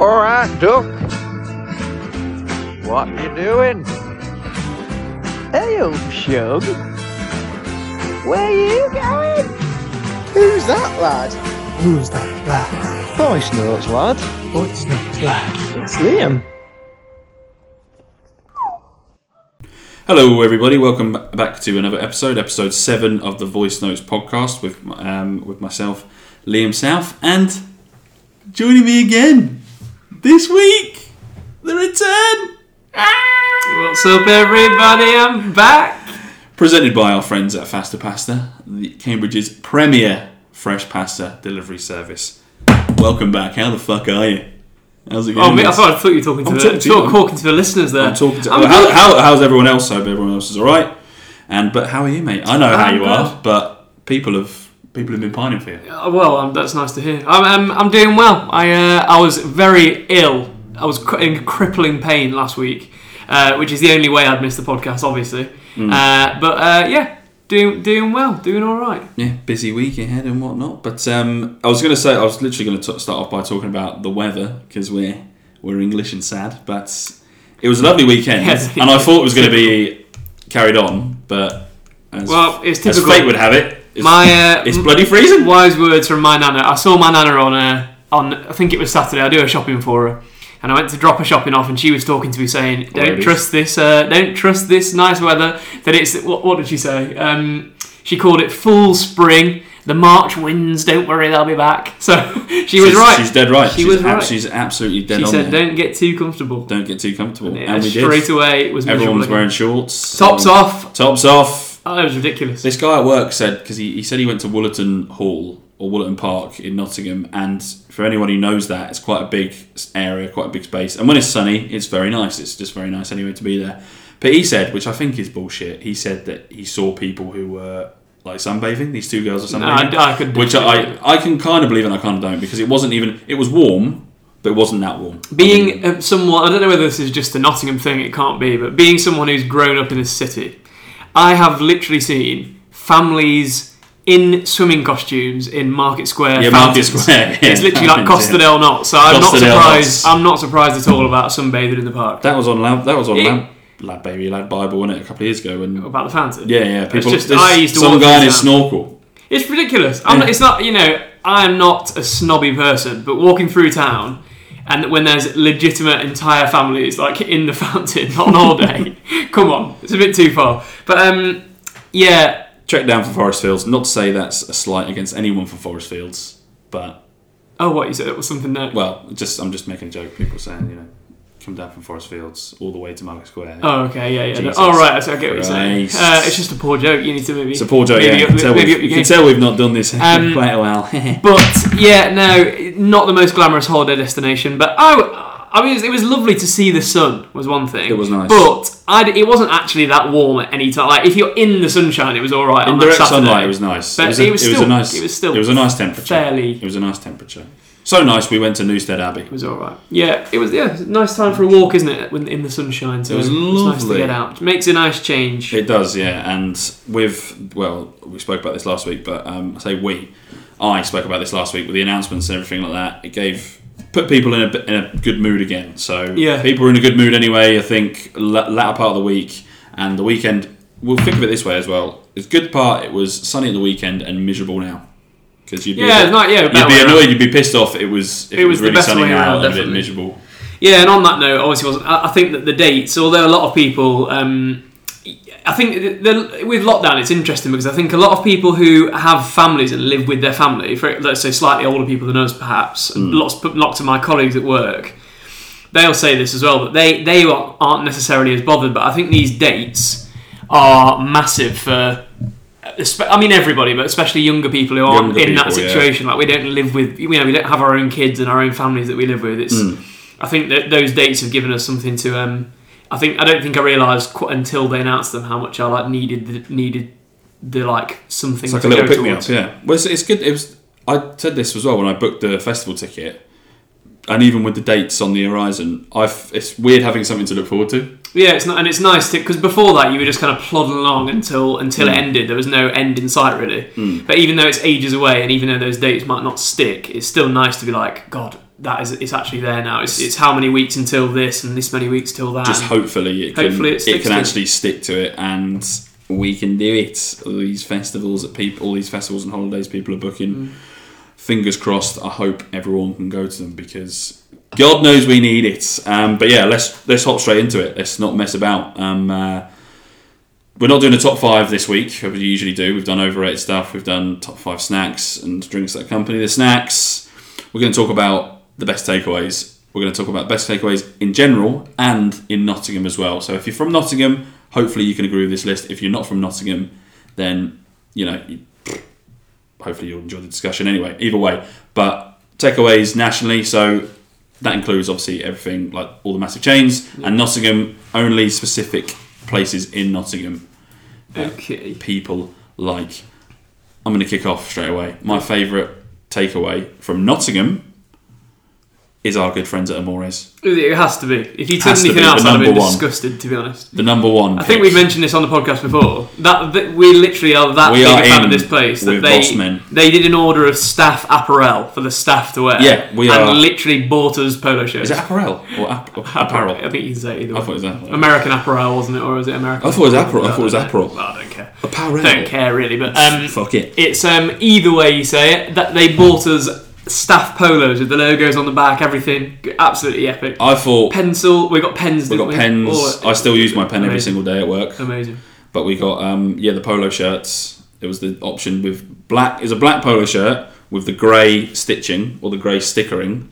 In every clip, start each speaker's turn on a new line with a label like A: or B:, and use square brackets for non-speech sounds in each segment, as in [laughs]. A: All right, Duck. What you doing? Hey, old shug. Where you going?
B: Who's that lad?
C: Who's that lad?
B: Voice notes, lad.
C: What's that lad?
B: It's Liam.
D: Hello, everybody. Welcome back to another episode, episode seven of the Voice Notes podcast with um, with myself, Liam South, and joining me again this week, the return
E: What's up, everybody? I'm back.
D: presented by our friends at Faster Pasta, the Cambridge's premier fresh pasta delivery service. Welcome back. How the fuck are you? How's it going?
E: Oh, mate, I
D: mate?
E: thought I thought you were talking to
D: I'm
E: the
D: talking
E: talking
D: to
E: to,
D: you.
E: talking to the listeners there.
D: [laughs] I'm talking to. Oh,
E: I'm
D: how,
E: good.
D: how, how's everyone else? I hope everyone else is all right. And but how are you, mate? I know how
E: I'm
D: you
E: good.
D: are, but people have people have been pining for you.
E: Uh, well, um, that's nice to hear. I'm, um, I'm doing well. I uh, I was very ill. I was cr- in crippling pain last week, uh, which is the only way I'd miss the podcast, obviously.
D: Hmm.
E: Uh, but uh, yeah, doing doing well, doing all right.
D: Yeah, busy week ahead and whatnot. But um, I was going to say I was literally going to start off by talking about the weather because we're we're English and sad. But it was a lovely weekend,
E: [laughs] Yes.
D: and I thought it was going to be carried on, but as,
E: Well, it's
D: as
E: typical.
D: fate would have it, it's,
E: My, uh,
D: it's bloody freezing.
E: Wise words from my nana. I saw my nana on a, on I think it was Saturday. I do her shopping for her, and I went to drop her shopping off, and she was talking to me saying, "Don't
D: Ladies.
E: trust this. Uh, don't trust this nice weather. That it's what, what did she say? Um, she called it full spring. The March winds. Don't worry, they'll be back." [laughs] So she was
D: she's,
E: right.
D: She's dead right.
E: She
D: she's
E: was
D: ab-
E: right.
D: She's absolutely dead
E: she
D: on
E: said,
D: there.
E: "Don't get too comfortable."
D: Don't, get too comfortable.
E: Yeah,
D: and we did.
E: straight away, it was miserable
D: Everyone was
E: again.
D: wearing shorts.
E: tops
D: Um,
E: off.
D: Tops off.
E: Oh, it was ridiculous.
D: This guy at work said because he, he said he went to Woolerton Hall or Woolerton Park in Nottingham, and for anyone who knows that, it's quite a big s- area, quite a big space. And when it's sunny, it's very nice. It's just very nice anyway to be there. But he said, which I think is bullshit. He said that he saw people who were like sunbathing. These two girls are
E: No,
D: sunbathing,
E: I- I couldn't
D: which
E: believe
D: I I can kind of believe and I kind of don't because it wasn't even it was warm, but it wasn't that warm. I
E: Being
D: mean,
E: uh, someone, I don't know whether this is just a Nottingham thing, it can't be, but being someone who's grown up in this city, I have literally seen families in swimming costumes in Market Square.
D: yeah, Market
E: fountains. [laughs]
D: Square. [laughs]
E: It's literally like
D: Fountains,
E: Costa
D: yeah.
E: del Not, so I'm
D: Costa
E: not
D: del
E: surprised.
D: Notz.
E: I'm not surprised at all about sunbathing in the park.
D: That was on Lab, that was on
E: It-
D: Lab, Lab Baby Lab Bible, wasn't it? A couple of years ago when
E: about the fountain.
D: Yeah, yeah. People,
E: just-
D: this-
E: I used to
D: some
E: walk
D: guy in
E: through
D: his
E: town.
D: snorkel.
E: It's ridiculous. I'm not, it's not, you know, I'm not a snobby person, but walking through town and when there's legitimate entire families like in the [laughs] fountain on
D: [laughs]
E: all day, come on, it's a bit too far. But um, yeah,
D: Check down for Forest Fields. Not to say that's a slight against anyone for Forest Fields, but
E: oh, what you said it was something there.
D: well, just I'm just making a joke. People saying you know, come down from Forest Fields all the way to Market Square.
E: Oh, okay, yeah, yeah.
D: Jesus
E: oh, right, I get what you're saying.
D: Christ.
E: Uh, it's just a poor joke. You need to maybe.
D: It's a poor joke.
E: Maybe
D: yeah.
E: up-
D: you, can tell
E: maybe
D: we've-
E: up your
D: you can
E: game.
D: tell we've not done this [laughs]
E: Um,
D: quite a
E: [laughs]
D: while.
E: But yeah, no, not the most glamorous holiday destination. But oh, I mean, it was lovely to see the sun. Was one thing.
D: It was nice.
E: But I, it wasn't actually that warm at any time. Like if you're in the sunshine, it was all right.
D: In
E: on
D: direct
E: that Saturday.
D: sunlight, it was nice.
E: But
D: it was, a,
E: it was
D: it was
E: still-
D: a nice.
E: it was still
D: It was a nice temperature.
E: fairly-
D: It was a nice temperature. So nice. We went to Newstead Abbey.
E: It was all right. Yeah, it was. Yeah, it's a nice time for a walk, isn't it? When in the sunshine, so
D: It was
E: nice to
D: lovely.
E: get out. Makes a nice change.
D: It does, yeah. And with well, we spoke about this last week, but um, I say we, I spoke about this last week with the announcements and everything like that. It gave put people in a bit- in a good mood again. So
E: Yeah.
D: people were in a good mood anyway. I think la- latter part of the week and the weekend. We'll think of it this way as well. It's good part. It was sunny at the weekend and miserable now. Because you'd be
E: Yeah, it's not- yeah, better
D: you'd be
E: way around.
D: annoyed. You'd be pissed off. It was if it,
E: It
D: was,
E: was the
D: really
E: best
D: sunny
E: way
D: now
E: around,
D: and a bit
E: definitely.
D: miserable.
E: Yeah, and on that note, obviously, wasn't, I I think that the dates, although a lot of people, um, I think the, the, with lockdown, it's interesting because I think a lot of people who have families and live with their family, for let's say slightly older people than us, perhaps, and
D: Hmm.
E: lots, lots of my colleagues at work, they'll say this as well, but they they aren't aren't necessarily as bothered. But I think these dates are massive for. espe- I mean everybody, but especially younger people who aren't
D: Younger
E: in that
D: people, yeah.
E: situation. Like we don't live with, you know, we don't have our own kids and our own families that we live with. It's,
D: Hmm.
E: I think that those dates have given us something to. Um, I think I don't think I realised qu- until they announced them how much I like needed the, needed the like something.
D: It's like
E: to
D: a little
E: go
D: pick me up.
E: towards.
D: Yeah. Well, it's, it's good. It was. I said this as well when I booked the festival ticket, and even with the dates on the horizon, I have it's weird having something to look forward to.
E: Yeah, it's not, and it's nice because before that you were just kind of plodding along until until
D: Mm.
E: it ended. There was no end in sight really. But even though it's ages away, and even though those dates might not stick, it's still nice to be like, God, that is it's actually there now. It's, it's how many weeks until this and this many weeks till that.
D: Just
E: And
D: hopefully it can,
E: Hopefully it
D: it,
E: sticks
D: can
E: to it.
D: actually stick to it and we can do it. All these festivals that people, all these festivals and holidays people are booking.
E: Mm.
D: Fingers crossed. I hope everyone can go to them because God knows we need it. Um, but yeah, let's let's hop straight into it. Let's not mess about. Um, uh, we're not doing a top five this week, as we usually do. We've done overrated stuff. We've done top five snacks and drinks that accompany the snacks. We're going to talk about the best takeaways. We're going to talk about best takeaways in general and in Nottingham as well. So if you're from Nottingham, hopefully you can agree with this list. If you're not from Nottingham, then you know. You, hopefully you'll enjoy the discussion anyway. Either way, but takeaways nationally. So that includes obviously everything like all the massive chains and Nottingham only specific places in Nottingham.
E: okay.
D: People like. I'm going to kick off straight away. My favourite takeaway from Nottingham is our good friends at Amores.
E: It has to be. If you took
D: Has to
E: anything
D: be the
E: else, I'd have been
D: number one.
E: disgusted. To be honest,
D: The number one.
E: I think we mentioned this on the podcast before. That, that we literally are that
D: We
E: big
D: are
E: a fan
D: in
E: of this place that
D: with
E: they
D: boss men.
E: they did an order of staff apparel for the staff to wear.
D: Yeah, we
E: and
D: are-
E: literally bought us polo shirts.
D: Is it apparel or ap- or apparel?
E: I think you can say either.
D: I
E: Way.
D: thought it was apparel.
E: American apparel, wasn't it, or was it American?
D: I thought it was apparel. I thought it was
E: don't know.
D: apparel.
E: I don't care.
D: Apparel.
E: Don't care really, but um,
D: Fuck it.
E: it's um, either way you say it. That they bought us staff polos with the logos on the back, everything absolutely epic.
D: I thought
E: Pencil, we got pens.
D: we
E: didn't
D: got pens.
E: Or-
D: I still use my pen every
E: Amazing.
D: single day at work.
E: Amazing.
D: But we got um, yeah the polo shirts. It was the option with black is a black polo shirt with the grey stitching or the grey stickering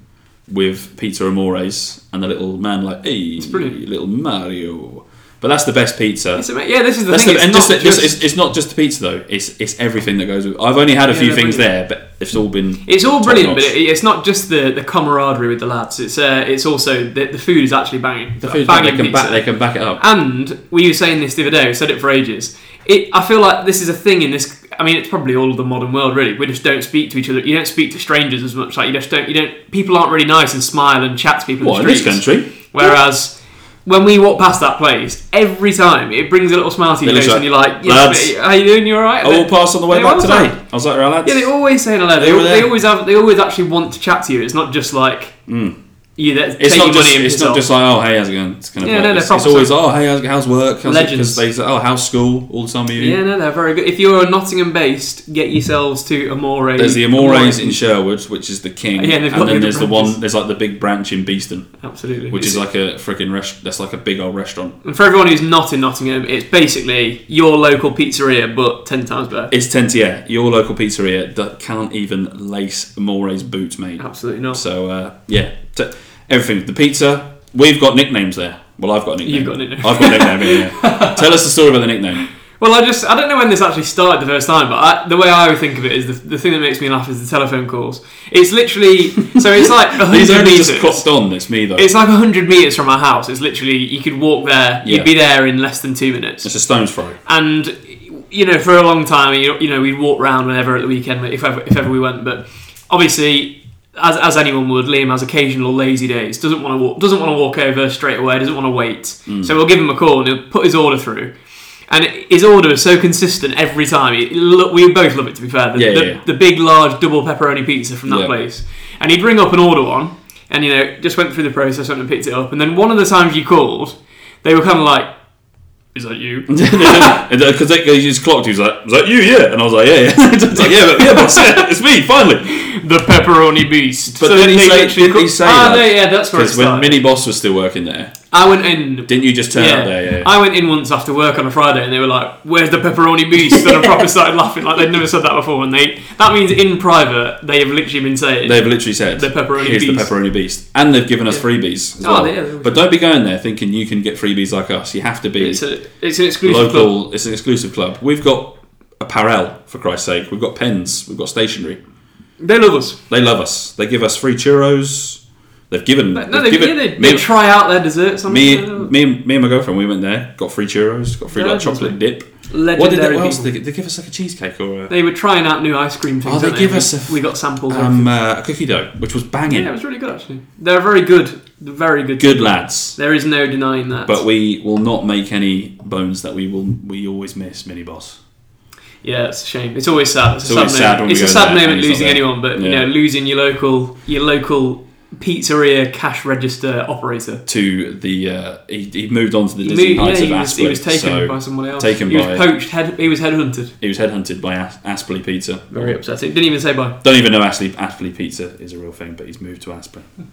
D: with pizza amores and the little man like hey
E: brilliant.
D: little Mario. But that's the best pizza.
E: It's ama- yeah, this is the
D: That's
E: thing.
D: the-
E: it's,
D: and
E: not
D: just,
E: just,
D: just, it's, it's not just the pizza though. It's it's everything that goes with. I've only had a
E: Yeah,
D: few
E: they're
D: things
E: brilliant.
D: there, but it's all been.
E: it's all brilliant, but
D: top-notch.
E: it, it's not just the, the camaraderie with the lads. It's uh, it's also the, the food is actually banging.
D: the food
E: banging
D: they can back
E: pizza.
D: they can back it up.
E: And we were saying this the other day. We said it for ages. It, I feel like this is a thing in this. I mean, it's probably all of the modern world, really. We just don't speak to each other. You don't speak to strangers as much. Like you just don't. You don't. People aren't really nice and smile and chat to people.
D: What
E: in
D: in
E: the
D: this
E: streets.
D: country?
E: Whereas when we walk past that place, every time it brings a little smile to your
D: They
E: face,
D: look
E: and you're
D: "Lads."
E: like, yes, mate, "How you doing? You all right?"
D: I will pass on the way
E: they
D: back
E: all
D: today.
E: say-
D: I was like, right, lads.
E: Yeah, they always say hello. They,
D: They were
E: they
D: there.
E: always have. They always actually want to chat to you. It's not just like you. That's
D: Hmm. it's
E: take
D: not
E: your
D: just
E: money and
D: it's
E: piss
D: not
E: off.
D: just like oh hey how's it going it's kind of
E: Yeah,
D: like,
E: no, they're
D: it's, it's
E: proper
D: always oh hey how's, how's work how's legends
E: Legends.
D: they say, oh how's school all the time are you
E: Yeah, no, they're very good. If you're Nottingham based, get yourselves to Amore.
D: there's the Amores in Sherwood which is the king
E: Yeah, they've got
D: and then
E: the
D: there's the
E: branches.
D: one there's like the big branch in Beeston
E: Absolutely.
D: which is like
E: It's-
D: a freaking rest that's like a big old restaurant
E: and for everyone who's not in Nottingham, it's basically your local pizzeria, but ten times better.
D: it's Tentier your local pizzeria that can't even lace Amores boot mate
E: Absolutely not.
D: so uh, yeah t- everything the pizza we've got nicknames there well I've got a nickname
E: You've got a nickname.
D: I've got a nickname in
E: [laughs]
D: here tell us the story about the nickname
E: Well, I just I don't know when this actually started the first time, but I, the way I would think of it is the, the thing that makes me laugh is the telephone calls. It's literally so it's
D: [laughs]
E: like
D: he's
E: 100
D: only just
E: meters.
D: clocked on it's me though
E: It's like 100 meters from our house. It's literally you could walk there,
D: Yeah.
E: you'd be there in less than two minutes.
D: it's a stone's throw [laughs]
E: and you know for a long time you, you know we'd walk round whenever at the weekend if ever, if ever we went but obviously as, as anyone would Liam has occasional lazy days doesn't want to walk doesn't want to walk over straight away doesn't want to wait
D: Mm.
E: so we'll give him a call and he'll put his order through and his order is so consistent every time. He- Look, we both love it. To be fair, the,
D: Yeah,
E: the,
D: yeah.
E: the big, large double pepperoni pizza from that
D: Yeah.
E: place, and he'd ring up and order one, and you know, just went through the process, went and picked it up, and then one of the times you called, they were kind of like, "Is
D: [laughs]
E: that you?" [laughs]
D: Because he just clocked, he was like, "Was that you? Yeah." And I was like, "Yeah, yeah." [laughs] It's like, yeah, but, yeah, boss, [laughs] yeah, it's me, finally.
E: the pepperoni beast.
D: But didn't he
E: they
D: say-
E: literally
D: didn't he
E: cook-
D: say
E: Ah,
D: that?
E: no, yeah, that's where it
D: Because when
E: started.
D: Mini Boss was still working there,
E: I went in.
D: didn't you just turn up there? Yeah, yeah.
E: I went in once after work on a Friday, and they were like, "Where's the pepperoni beast?" And I
D: [laughs]
E: proper started laughing like they'd never said that before. And they that means in private they have literally been saying
D: They've literally said
E: The pepperoni
D: Here's
E: beast."
D: the pepperoni beast, and they've given us freebies. As
E: Oh,
D: well.
E: they- yeah, they always
D: but don't be going there thinking you can get freebies like us. You have to be
E: it's, a, it's an exclusive club.
D: local. It's an exclusive club. We've got apparel for Christ's sake. We've got pens. We've got stationery.
E: They love us.
D: They love us. They give us free churros. They've given.
E: No,
D: they've
E: they,
D: given
E: yeah, they,
D: me-
E: they try out their desserts. I'm
D: Me,
E: sure.
D: me, and- me and my girlfriend, we went there, got free churros, got free like
E: Legends,
D: chocolate
E: mate.
D: dip.
E: legendary
D: What did they, what else did
E: people.
D: they, give- they give us like a cheesecake or a,
E: They were trying out new ice cream things.
D: Oh, they
E: didn't
D: give us a f-
E: we got samples. of
D: um, uh, a cookie dough, which was banging.
E: yeah, it was really good actually. They're very good. They're very good.
D: Good lads.
E: There is no denying that.
D: But we will not make any bones that we will we always miss mini boss.
E: Yeah, it's a shame. It's always sad. It's,
D: It's
E: a
D: always
E: sad
D: sad
E: moment.
D: when we
E: It's a
D: go
E: sad
D: there
E: moment
D: and he's not
E: losing
D: there.
E: anyone, but you
D: Yeah.
E: know, losing your local your local pizzeria cash register operator.
D: to the uh, he, he moved on to the
E: He
D: Disney
E: moved-
D: Heights
E: yeah, he
D: of
E: was, he
D: Aspley.
E: was taken
D: so
E: by someone else.
D: taken
E: he
D: by-
E: was poached. Head, he was headhunted.
D: he was headhunted by As- Aspley Pizza.
E: Very upsetting. Didn't even say bye.
D: Don't even know Aspley Aspley Pizza is a real thing, but he's moved to Aspley. [laughs]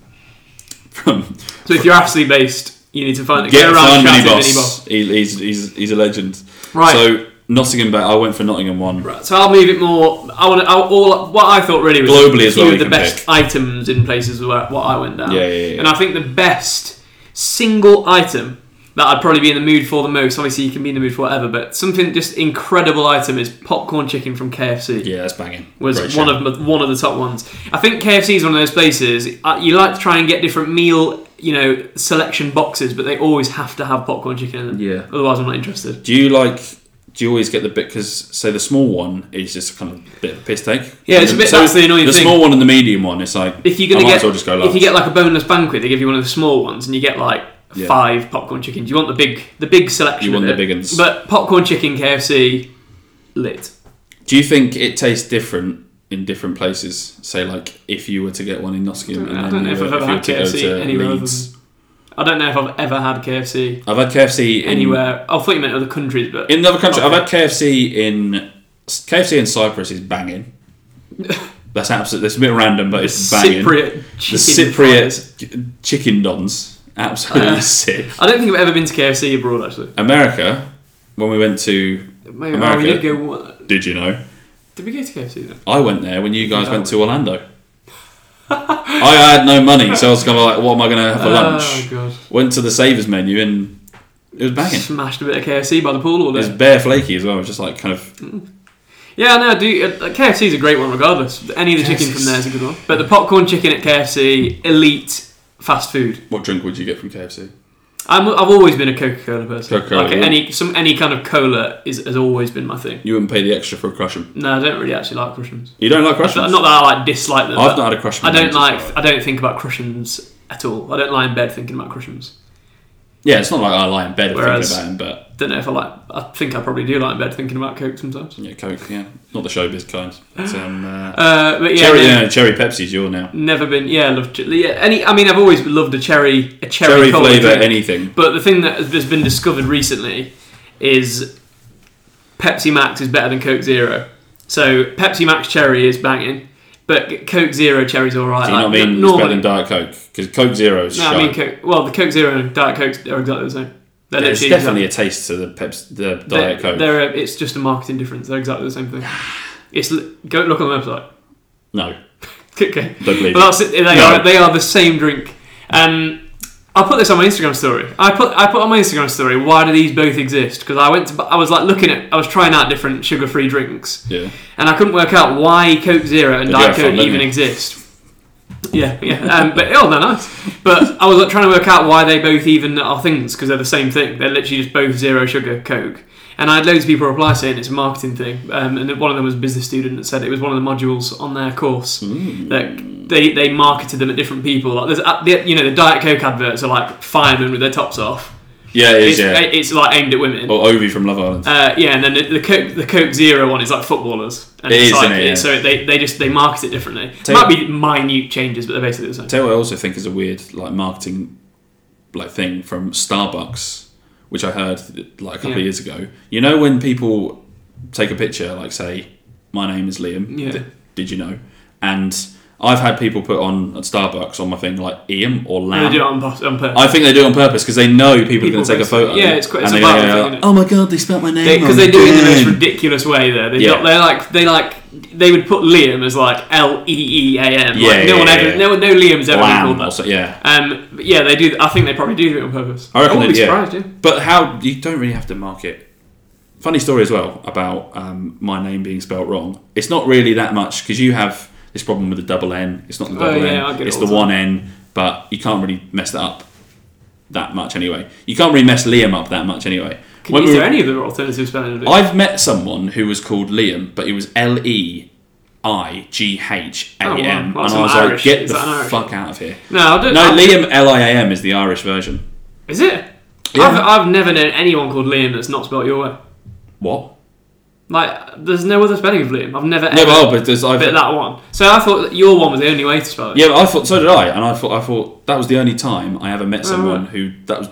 D: From
E: So if you're Ashley based, you need to find
D: get
E: go
D: around
E: around
D: mini
E: shouting
D: boss. He, he's, he's he's a legend.
E: Right.
D: So Nottingham, but I went for Nottingham one.
E: Right, so I'll move it more. I want to, all what I thought really was
D: Globally as
E: few
D: well,
E: of
D: you
E: the
D: can
E: best items in places where what I went down.
D: Yeah, yeah, yeah.
E: And I think the best single item that I'd probably be in the mood for the most. Obviously, you can be in the mood for whatever, but something just incredible item is popcorn chicken from KFC.
D: Yeah, that's banging.
E: Was
D: Great
E: one
D: shout.
E: of one of the top ones. I think KFC is one of those places uh, you like to try and get different meal, you know, selection boxes, but they always have to have popcorn chicken in them.
D: Yeah.
E: Otherwise, I'm not interested.
D: Do you like? Do you always get the bit? Because say the small one is just kind of a bit of a piss take.
E: Yeah, it's a bit- that's the annoying
D: The
E: thing.
D: small one and the medium one. It's like
E: if you're gonna
D: I might
E: get
D: as well just go
E: if
D: large.
E: you get like a boneless banquet, they give you one of the small ones, and you get like
D: Yeah.
E: five popcorn chickens. You want the big the big selection.
D: You want
E: of
D: the
E: it.
D: big uns.
E: But popcorn chicken KFC lit.
D: Do you think it tastes different in different places? Say, like if you were to get one in Nottingham,
E: I don't- I
D: and then
E: don't know
D: you
E: if
D: were-
E: I've ever
D: you were
E: had
D: to go
E: KFC
D: to
E: anywhere other
D: Leeds.
E: I don't know if I've ever had KFC
D: I've had KFC in,
E: anywhere. I thought you meant other countries, but
D: in another country.
E: Okay.
D: I've had KFC in KFC in Cyprus is
E: [laughs]
D: banging. That's absolutely. It's a bit random, but it's banging.
E: Cypriot
D: the
E: chicken. fries.
D: Cypriot ch- chicken dons, absolutely
E: Uh,
D: sick.
E: I don't think I've ever been to KFC abroad actually.
D: America, when we went to,
E: Maybe oh,
D: America.
E: we did go.
D: did you know?
E: Did we go to KFC then?
D: I went there when you guys
E: Yeah.
D: went to Orlando. [laughs] I had no money, so I was kind of like, what am I going to have for lunch?
E: Oh god!
D: Went to the savers menu and it was banging.
E: Smashed a bit of KFC by the pool all
D: It was
E: day.
D: bare flaky as well. It was just like kind of
E: Yeah, no, do uh, KFC's a great one regardless. Any of the chicken from there is a good one. But the popcorn chicken at KFC, elite fast food.
D: what drink would you get from KFC?
E: I'm, I've always been a Coca-Cola person.
D: Coca-Cola,
E: like
D: yeah.
E: any some any kind of cola is, has always been my thing.
D: You wouldn't pay the extra for a crush'em.
E: No, I don't really actually like Crushins.
D: You don't like
E: Not
D: crush'em?
E: that I like dislike them.
D: I've
E: but
D: not had a crush'em.
E: I
D: in
E: don't
D: ages,
E: like.
D: by the way.
E: I don't think about Crushins at all. I don't lie in bed thinking about Crushins.
D: Yeah, it's not like I lie in bed
E: Whereas-
D: thinking about him,
E: Don't know if I like. I think I probably do lie in bed thinking about Coke sometimes.
D: but yeah, Coke, yeah, not the showbiz kind. But, um, uh,
E: Uh, but yeah,
D: cherry,
E: no,
D: yeah, cherry Pepsi's your now.
E: never been. Yeah, loved. che- Yeah, any. I mean, I've always loved a cherry. A cherry,
D: Cherry
E: cola
D: flavour,
E: drink.
D: anything.
E: But the thing that has been discovered recently is Pepsi Max is better than Coke Zero. So Pepsi Max Cherry is banging, but Coke Zero Cherry's all right.
D: Do you know
E: Like,
D: what I mean? It's better
E: normally-
D: than Diet Coke because Coke Zero is
E: Uh, no, I mean Coke. Well, the Coke Zero and Diet Coke are exactly the same. They're
D: There's
E: literally
D: definitely a
E: exactly-
D: taste to the Pepsi, the Diet
E: they're,
D: Coke.
E: um, they're a- it's just a marketing difference. They're exactly the same thing. It's li- go look on the website.
D: no,
E: [laughs] Okay.
D: don't believe
E: Well,
D: it.
E: that's it. They,
D: No.
E: are, they are the same drink. Um, I put this on my Instagram story. I put I put on my Instagram story. Why do these both exist? Because I went to I was like looking at I was trying out different sugar free drinks,
D: Yeah,
E: and I couldn't work out why Coke Zero and
D: They do
E: Diet
D: have fun,
E: Coke
D: don't
E: even
D: they?
E: exist. Yeah, yeah. Um, but oh, they're nice. But I was like, trying to work out why they both even are things because they're the same thing. They're literally just both zero sugar Coke. And I had loads of people reply saying it's a marketing thing. Um, and one of them was a business student that said it was one of the modules on their course
D: Hmm.
E: that they, they marketed them at different people. Like there's uh, the- you know the Diet Coke adverts are like firemen with their tops off.
D: yeah, it is.
E: It's,
D: Yeah,
E: it's like aimed at women.
D: or Ovi from Love Island.
E: Uh, yeah, and then the, the Coke the Coke Zero one is like footballers. And
D: It
E: it's
D: is,
E: like,
D: isn't it? Yeah.
E: So they, they just they market it differently.
D: Tell
E: it might
D: you-
E: be minute changes, but they're basically the same.
D: Tell you what I also think is a weird like marketing like thing from Starbucks, which I heard like a couple
E: Yeah.
D: of years ago. You know when people take a picture, like say, "My name is Liam."
E: Yeah.
D: d- did you know? And I've had people put on at Starbucks on my thing like Ian or
E: And they do it
D: Lam.
E: on, pos- on purpose.
D: I think they do it on purpose because they know people, are
E: People
D: going to take a
E: basically-
D: photo.
E: yeah, it's quite- it's
D: and
E: a
D: they're
E: viral
D: gonna go,
E: thing, isn't it?
D: Oh my god, they spelt my name.
E: because
D: wrong
E: they do it in the most
D: again."
E: ridiculous way. There, they
D: Yeah.
E: got, they're like they like they would put Liam as like L E E A M.
D: Yeah,
E: like, no
D: yeah,
E: one
D: yeah,
E: ever,
D: yeah.
E: no no Liam's ever been
D: Lam
E: called
D: or
E: that.
D: so- yeah.
E: Um, but yeah, they do. I think they probably do do it on purpose.
D: I reckon
E: wouldn't
D: they-
E: be
D: yeah.
E: surprised. Yeah.
D: But how you don't really have to market. Funny story as well about um, my name being spelt wrong. It's not really that much because you have this problem with the double N. It's not the
E: Oh,
D: double
E: yeah, I
D: N.
E: get it
D: it's
E: all
D: the
E: the time.
D: one N. But you can't really mess that up that much anyway. You can't really mess Liam up that much anyway.
E: Can,
D: When
E: is
D: we
E: there
D: were-
E: any other alternative spelling? of it?
D: I've met someone who was called Liam, but it was L E I G H A
E: Oh, wow.
D: M,
E: Well,
D: and
E: that's
D: I was
E: an
D: like,
E: Irish-
D: "Get
E: is
D: the
E: that an Irish-
D: fuck out of here!"
E: No, I don't.
D: No,
E: I-
D: Liam L I A M is the Irish version.
E: Is it?
D: Yeah.
E: I've, I've never known anyone called Liam that's not spelt your way.
D: What?
E: Like, there's no other spelling of Liam. I've never
D: Yeah,
E: ever
D: but, oh, but there's I've,
E: bit that one. So I thought that your one was the only way to spell it.
D: Yeah, but I thought so did I, and I thought I thought that was the only time I ever met someone
E: right.
D: who that was.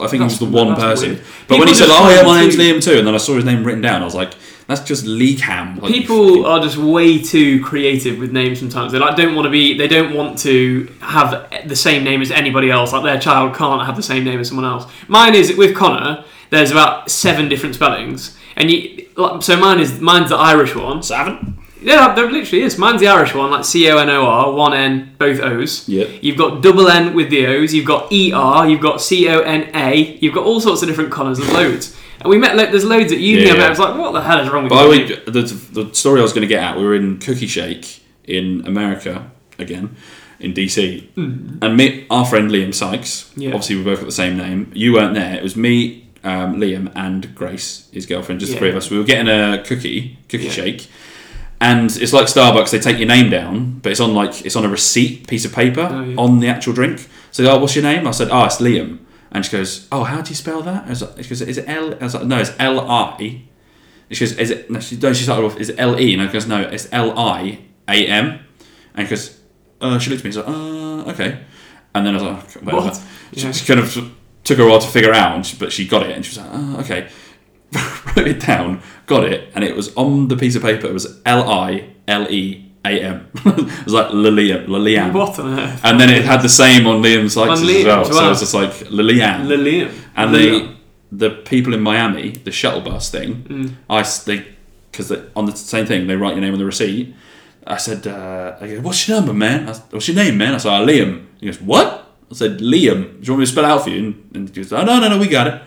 D: I think
E: Mm. That's-
D: he was the one
E: that's
D: person.
E: weird.
D: But when he
E: People
D: said,
E: just
D: "Oh yeah,
E: find
D: my name's
E: too-
D: Liam too," and then I saw his name written down, I was like, "That's just Lee Cam." Like, you
E: People
D: fucking-
E: are just way too creative with names sometimes. They like don't want to be. They don't want to have the same name as anybody else. Like their child can't have the same name as someone else. Mine is with Connor. There's about seven different spellings, and you. like, So mine is mine's the Irish one.
D: Savin.
E: Yeah, there literally is. Mine's the Irish one, like C O N O R, one N, both O's.
D: Yep.
E: You've got double N with the O's. You've got E R. You've got C O N A. You've got all sorts of different colours and loads. And we met. Like, there's loads at uni.
D: Yeah,
E: I met,
D: yeah.
E: I was like, what the hell is wrong with
D: By
E: you?
D: the way, the, the story I was going to get at, we were in Cookie Shake in America again, in DC, and me, our friend Liam Sykes.
E: Mm. Yeah.
D: Obviously, we both got the same name. You weren't there. It was me, um, Liam, and Grace, his girlfriend. Just the
E: Yeah.
D: three of us. We were getting a cookie, cookie
E: Yeah.
D: shake. And it's like Starbucks; they take your name down, but it's on like it's on a receipt piece of paper
E: Oh, yeah.
D: on the actual drink. So, oh, what's your name? I said, oh, it's Liam. And she goes, oh, how do you spell that? I was like, she goes, is it L? I was like, no, it's L R E. She goes, is it? No, she, no, she started off, is it L E? And I goes, no, it's L I A M. And she goes, uh, she looked at me and she's like, uh, okay. And then I was like, okay, whatever.
E: What?
D: She,
E: Yeah.
D: she kind of took her a while to figure out, and she- but she got it and she was like, uh, okay. [laughs] Wrote it down, got it, and it was on the piece of paper, it was L I L E A M. [laughs] It was like Liliam. Liliam.
E: What on earth?
D: And then it had the same on Liam Sykes
E: On
D: as
E: Liam
D: well.
E: as
D: So it
E: well.
D: was just like Lilian.
E: Lilium.
D: and the the people in Miami, the shuttle bus thing,
E: Mm.
D: I s- they because on the same thing they write your name on the receipt. I said, uh, I go, "What's your number, man? I s- What's your name, man?" I said, "Ah, "Liam." He goes, "What?" I said, "Liam." Do you want me to spell it out for you? And, and he goes, "Oh no, no, no, we got it."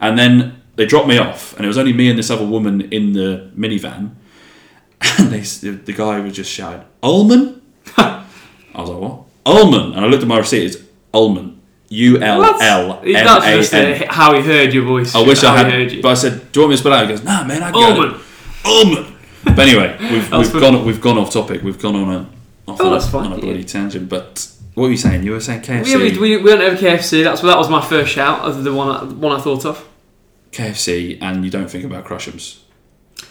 D: And then they dropped me off, and it was only me and this other woman in the minivan. [laughs] And they, s- the, the guy was just shouting,
E: [laughs]
D: "Ullman." I was like, "What?" Ullman, and I looked at my receipt. It's Ullman. U L
E: What?
D: L M
E: That's just
D: A N.
E: uh, how he heard your voice.
D: I wish
E: how
D: I
E: He
D: had.
E: heard you.
D: But I said, "Do you want me to spell it out?" He goes, "Nah, man, I got
E: Ullman.
D: it." Ullman. But
E: [laughs]
D: anyway, we've,
E: was
D: we've
E: funny.
D: gone we've gone off topic. We've gone on a off on,
E: Oh,
D: a-
E: that's fine,
D: on a
E: yeah.
D: bloody tangent. But what were you saying? You were saying KFC.
E: yeah, we, we, we went over KFC. That's that was my first shout. Other the one I- one I thought of.
D: KFC, and you don't think about Crushums.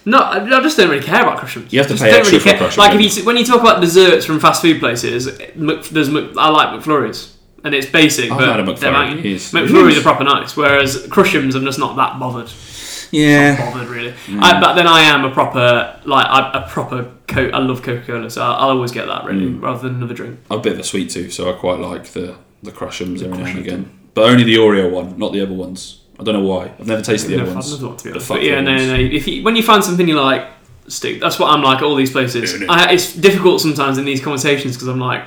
E: No, I I just don't really care about Crushums.
D: You have to
E: Just
D: pay
E: don't
D: extra
E: really
D: for
E: care.
D: Crush'em,
E: Like
D: don't
E: if you when you talk about desserts from fast food places, Mc, there's Mc, I like McFlurries and it's basic,
D: I've
E: but
D: had a
E: they're
D: McFlurry.
E: banging.
D: Yes.
E: McFlurries are proper nice, whereas Crushums I'm just not that bothered.
D: Yeah.
E: Bothered really.
D: Mm.
E: I, but then I am a proper like I, a proper co- I love Coca Cola, so I'll, I'll always get that really
D: Mm.
E: rather than another drink.
D: I'm a bit of a sweet tooth, so I quite like the the Crushums every now and again. But only the Oreo one, not the other ones. I don't know why. I've never tasted the
E: No,
D: other
E: I'd
D: ones.
E: love not to be
D: The
E: honest.
D: fuck
E: But yeah,
D: the
E: no,
D: ones.
E: no. If you, when you find something you like, stick. That's what I'm like at all these places.
D: Isn't it?
E: I, it's difficult sometimes in these conversations because I'm like,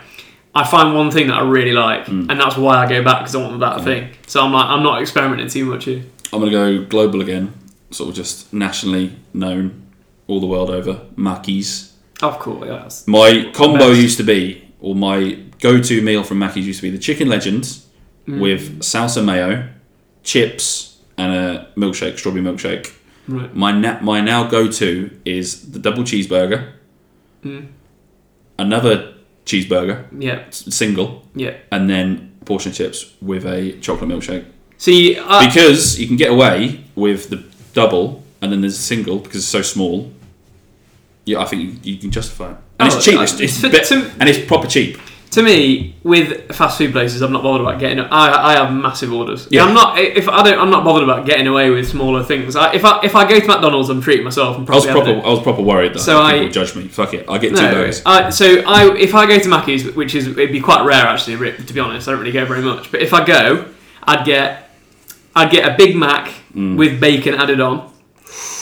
E: I find one thing that I really like,
D: Mm.
E: and that's why I go back because I want that thing. So I'm like, I'm not experimenting too much here.
D: I'm gonna go global again, sort of just nationally known, all the world over. Mackey's.
E: Of course, yeah, that's-
D: My combo
E: Best.
D: used to be, or my go-to meal from Mackey's used to be the chicken legend with salsa mayo, chips, and a milkshake, strawberry milkshake.
E: right.
D: My na- my now go-to is the double cheeseburger, another cheeseburger
E: Yeah,
D: s- single,
E: yeah.
D: and then a portion of chips with a chocolate milkshake.
E: See, I,
D: Because you can get away with the double, and then there's a single because it's so small. Yeah, I think you, you can justify it. And
E: Oh,
D: it's cheap.
E: I-
D: It's,
E: [laughs]
D: it's
E: to-
D: bit-
E: to-
D: and it's proper cheap.
E: to me, with fast food places, I'm not bothered about getting. I, I have massive orders.
D: Yeah.
E: I'm not. If I don't, I'm not bothered about getting away with smaller things. I, if I if I go to McDonald's, I'm treating myself. and
D: I was
E: probably having
D: proper.
E: it.
D: I was proper worried that
E: So
D: people
E: I-
D: would judge me. Fuck it. I get two
E: No,
D: burgers.
E: I, so I if I go to Mackey's, which is it'd be quite rare actually. Rick, To be honest, I don't really go very much. But if I go, I'd get I'd get a Big Mac
D: Mm.
E: with bacon added on,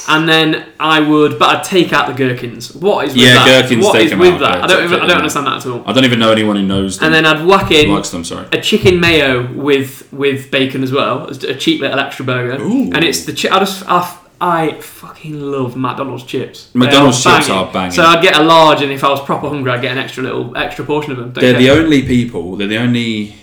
E: and then I would, but I'd take out the gherkins. What is with
D: Yeah,
E: that?
D: gherkins,
E: What
D: take
E: is
D: them
E: with
D: out,
E: that?
D: yeah,
E: I don't
D: take
E: even, I
D: them
E: don't
D: out.
E: understand that at all.
D: I don't even know anyone who knows them.
E: And then I'd whack in
D: likes them. Sorry.
E: a chicken mayo with with bacon as well, as a cheap little extra burger.
D: Ooh.
E: And it's the chi- I just I, f- I fucking love McDonald's chips. They
D: McDonald's chips are banging.
E: So I'd get a large, and if I was proper hungry, I'd get an extra little extra portion of them. Don't
D: They're
E: care.
D: the only people. They're the only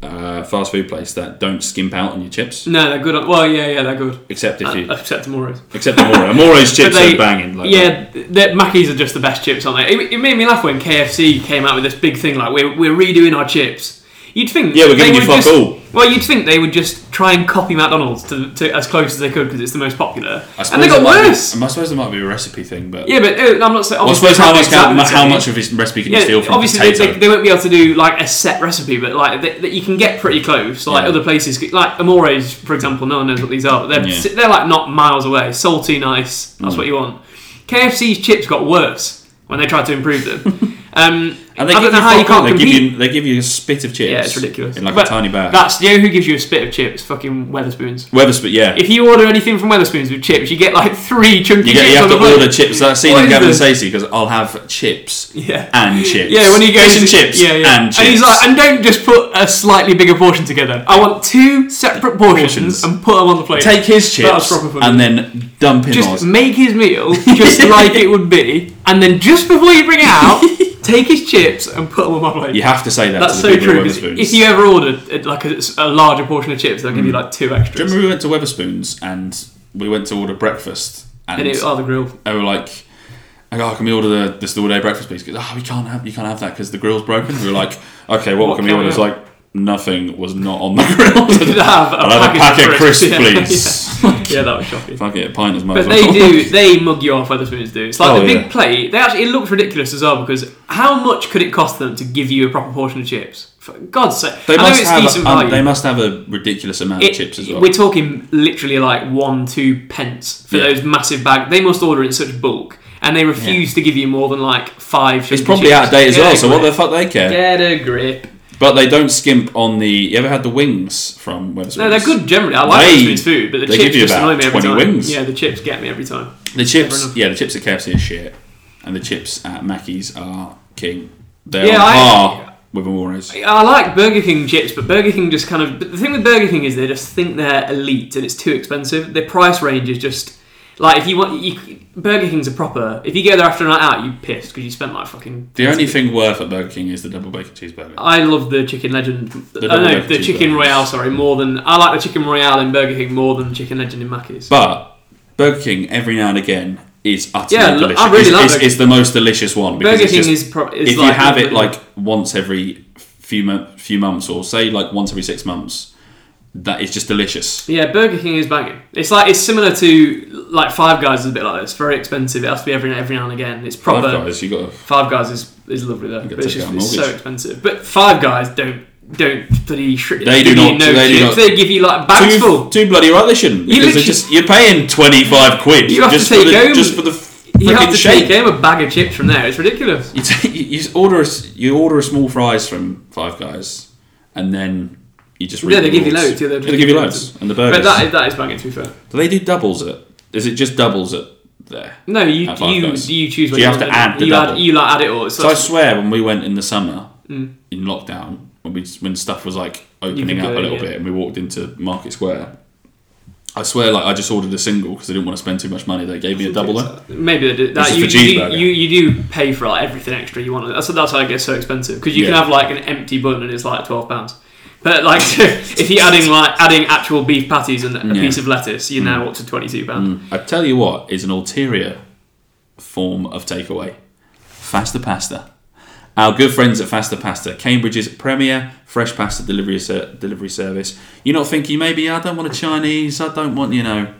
D: uh, fast food place that don't skimp out on your chips,
E: no, they're good. On, well, yeah, yeah, they're good.
D: except if you
E: Except tomorrow's.
D: except Amore. Amore's
E: Uh, [laughs] But
D: chips
E: they-
D: are banging. Like
E: yeah, th- the Mackey's are just the best chips, aren't they? It, it made me laugh when KFC came out with this big thing like we're, we're redoing our chips. You'd think
D: Yeah, we're
E: they
D: giving you
E: would
D: fuck
E: just-
D: all.
E: Well, you'd think they would just try and copy McDonald's to, to as close as they could because it's the most popular,
D: I suppose
E: and they got
D: there might be-
E: worse.
D: I suppose there might be a recipe thing, but
E: yeah, but uh, I'm not saying.
D: Well, I
E: obviously
D: suppose
E: it's not
D: how much,
E: exactly
D: how,
E: the
D: how
E: same.
D: much of his recipe can you
E: Yeah,
D: steal from
E: obviously
D: potato?
E: They, they, they won't be able to do like a set recipe, but like that that you can get pretty close. Like
D: Yeah.
E: other places, like Amores, for example, no one knows what these are, but they're
D: Yeah. Mm.
E: si- they're like not miles away. Salty, nice. That's what you want. KFC's chips got worse when they tried to improve
D: [laughs]
E: them. um,
D: and they
E: I
D: give
E: don't know
D: you
E: how you
D: fuck all.
E: can't
D: they
E: compete.
D: Give you, they give you a spit of chips.
E: yeah, it's ridiculous.
D: In like
E: But
D: a tiny bag.
E: That's you know who gives you a spit of chips? Fucking Weatherspoons.
D: Weatherspoon, yeah.
E: If you order anything from Weatherspoons with chips, you get like three chunky
D: you, get,
E: chips
D: you have
E: on
D: to
E: the plate.
D: order chips. I've seen
E: What
D: in
E: is
D: Gavin
E: this?
D: Stacey because I'll have chips
E: Yeah.
D: and chips.
E: Yeah, when he goes
D: Fish and chips
E: yeah, yeah.
D: and chips.
E: he's like, and don't just put a slightly bigger portion together. I want two separate portions,
D: Portions.
E: and put them on the plate.
D: take his
E: That was
D: chips
E: proper food.
D: and then dump him
E: just
D: on.
E: make his
D: [laughs]
E: meal just like it would be, and then just before you bring it out, take his chips and put them on my plate.
D: You have to say that.
E: That's
D: to
E: so
D: the people
E: true.
D: at
E: 'cause
D: Weatherspoons.
E: If you ever ordered uh, like a, a larger portion of chips, they'll give you like two
D: Do you
E: extras.
D: Mm. remember we went to Weatherspoons and we went to order breakfast and,
E: And it, oh, the grill.
D: they were like, "Oh, can we order the this all day breakfast, please?" Because oh, we can't have you can't have that because the grill's broken. We were like, "Okay, what,
E: What
D: can we
E: can
D: order?"
E: we
D: It's
E: have?
D: like nothing was not
E: [laughs]
D: on the grill.
E: Did have a
D: I'll have a
E: packet
D: packet
E: of
D: of crisps,
E: crisps, [laughs] yeah,
D: please. [laughs]
E: Yeah, that was shocking.
D: Fuck it, a pint as much.
E: But they do. They mug you off. Weatherspoons do. It's like
D: Oh,
E: the big
D: yeah.
E: plate. They actually it looked ridiculous as well because how much could it cost them to give you a proper portion of chips? For God's sake!
D: They
E: I know
D: must
E: it's
D: have.
E: decent
D: um,
E: value.
D: they must have a ridiculous amount
E: It-
D: of chips as well.
E: We're talking literally like one, two pence for
D: Yeah.
E: those massive bags. They must order in such bulk, and they refuse to give you more than like five.
D: It's
E: chunky
D: probably
E: chips.
D: out of date as
E: Get
D: well.
E: a
D: So what the
E: grip.
D: fuck they care?
E: Get a grip.
D: But they don't skimp on the. You ever had the wings from Weatherspoons?
E: No, they're good generally. I like
D: They-
E: Weatherspoons food, but the
D: they
E: chips
D: give you
E: just
D: about
E: annoy me every
D: 20
E: time.
D: wings.
E: Yeah, the chips get me every time.
D: The chips,
E: enough.
D: yeah, the chips at KFC are shit, and the chips at Mackey's are king. They're
E: Yeah,
D: on
E: I-
D: par with Amores.
E: I like Burger King chips, but Burger King just kind of. But the thing with Burger King is they just think they're elite and it's too expensive. Their price range is just like if you want, you, Burger King's a proper. If you go there after a night out, you pissed because you spent like fucking.
D: The only thing worth at Burger King is the double bacon cheeseburger.
E: I love the chicken legend. The
D: double
E: no,
D: bacon
E: the chicken
D: cheeseburgers.
E: royale. Sorry, more than I like the chicken royale in Burger King more than the chicken legend in Mackey's.
D: But Burger King every now and again is utterly
E: Yeah, look,
D: delicious.
E: I really
D: it's,
E: like
D: it's,
E: Burger
D: it's the most delicious one. because
E: Burger
D: it's
E: King
D: just-
E: is pro- is
D: if you
E: like-
D: have it like once every few mo- few months, or say like once every six months, that is just delicious.
E: Yeah, Burger King is banging. It's like it's similar to like Five Guys is a bit like this. Very expensive. It has to be every every now and again. It's proper.
D: Five guys, you got.
E: Five Guys is, is lovely though, but
D: to
E: it's
D: take
E: just
D: out a
E: it's so
D: mortgage.
E: expensive. But Five Guys don't don't bloody shri-
D: They
E: give
D: do
E: you
D: not-
E: No
D: they do
E: chips.
D: not-
E: They give you like bags
D: Too,
E: full.
D: too bloody right they shouldn't.
E: You
D: because they're
E: literally-
D: just, you're paying twenty five quid
E: You have to
D: just
E: take
D: for the,
E: home-
D: just for the freaking
E: You have to
D: shake.
E: take him a bag of chips from there. It's ridiculous.
D: You, take, you you order a, s- you order a small fries from Five Guys, and then you just read
E: Yeah, they
D: the
E: give you
D: rewards.
E: loads, yeah, they'll
D: they give you
E: give you
D: loads, and the
E: But
D: burgers.
E: that is, that is banging. To be fair,
D: do they do doubles at? Is it just doubles at there?
E: no, you
D: At Five
E: you
D: Guys.
E: you choose.
D: So
E: when
D: you have
E: want
D: to add the
E: you
D: double.
E: you like add it all. It's
D: So I
E: like,
D: swear, when we went in the summer in lockdown, when we when stuff was like opening
E: Hmm. could
D: up
E: go,
D: a little
E: yeah.
D: bit, and we walked into Market Square. I swear, like I just ordered a single because I didn't want to spend too much money. They gave me a double. Then.
E: uh, maybe they do,
D: This
E: that
D: is
E: you,
D: for
E: you, do,
D: cheeseburger.
E: you you do pay for like everything extra you want. That's that's why it gets so expensive because you can
D: Yeah.
E: have like an empty bun and it's like twelve pounds. But like [laughs] if you're adding like adding actual beef patties and a
D: Yeah. Mm.
E: piece of lettuce, you're now up to twenty two pounds.
D: I tell you what is an ulterior form of takeaway. Faster pasta. Our good friends at Faster Pasta, Cambridge's premier fresh pasta delivery ser- delivery service. You're not thinking maybe I don't want a Chinese. I don't want you know,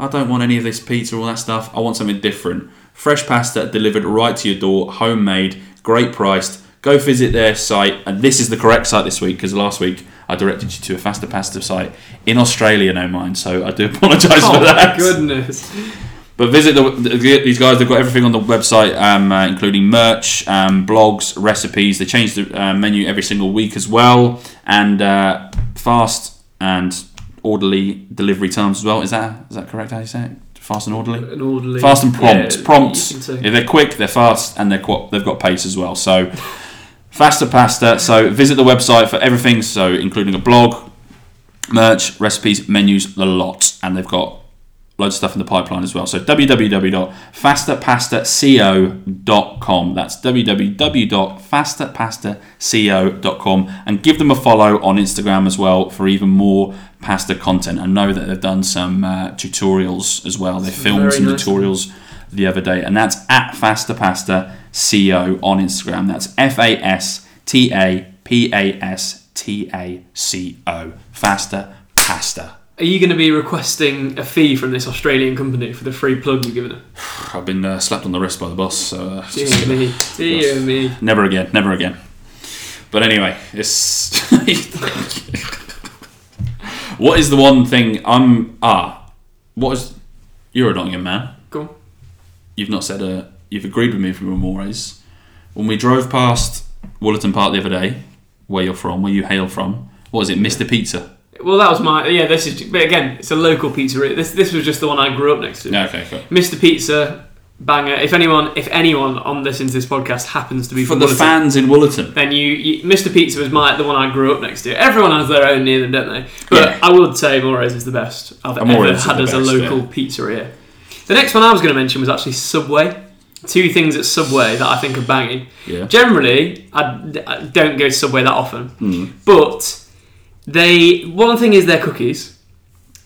D: I don't want any of this pizza, all that stuff. I want something different. Fresh pasta delivered right to your door, homemade, great priced. Go visit their site, and this is the correct site this week because last week I directed you to a Faster Pasta site in Australia, no mind. So I do [laughs] apologise
E: Oh
D: for
E: my
D: that.
E: goodness!
D: But visit the, the, these guys. They've got everything on the website, um, uh, including merch, um, blogs, recipes. They change the uh, menu every single week as well, and uh, fast and orderly delivery times as well. Is that is that correct? How you say it? Fast and orderly.
E: An orderly,
D: Fast and prompt.
E: Yeah,
D: prompt.
E: you can say.
D: Yeah, they're quick, they're fast, and they're qu- they've got pace as well. So, [laughs] faster pasta. So, visit the website for everything. So, including a blog, merch, recipes, menus, the lot, and they've got loads of stuff in the pipeline as well. So, www.fasterpastaco.com. That's www.fasterpastaco.com, and give them a follow on Instagram as well for even more pasta content. I know that they've done some uh, tutorials as well. They filmed
E: very
D: some
E: nice.
D: tutorials the other day, and that's at Faster Pasta CO on Instagram. That's F A S T A P A S T A C O. Faster, pasta.
E: Are you going to be requesting a fee from this Australian company for the free plug you've given her?
D: I've been uh, slapped on the wrist by the boss, so uh, it's [laughs] just
E: Dear
D: gonna-
E: me, dear me.
D: never again, never again. But anyway, it's [laughs] what is the one thing I'm ah? What is you're a Nottingham man?
E: Go on.
D: You've not said a. You've agreed with me from Amores. When we drove past Woolerton Park the other day, where you're from, where you hail from, what is it, Mister Pizza?
E: Well, that was my yeah. This is but again, it's a local pizzeria. This this was just the one I grew up next to.
D: Yeah, okay, cool.
E: Mr. Pizza banger. If anyone, if anyone on listening to this podcast happens to be
D: For
E: from
D: the
E: Wollaton,
D: fans in Woolerton,
E: then you, you Mr. Pizza was my the one I grew up next to. Everyone has their own near them, don't they? But
D: Yeah.
E: I would say Mores is the best I've
D: Amores
E: ever
D: is
E: had
D: the
E: as a
D: best,
E: local
D: yeah.
E: pizzeria. The next one I was going to mention was actually Subway. Two things at Subway that I think are banging.
D: Yeah.
E: Generally, I, I don't go to Subway that often,
D: Hmm.
E: but they one thing is their cookies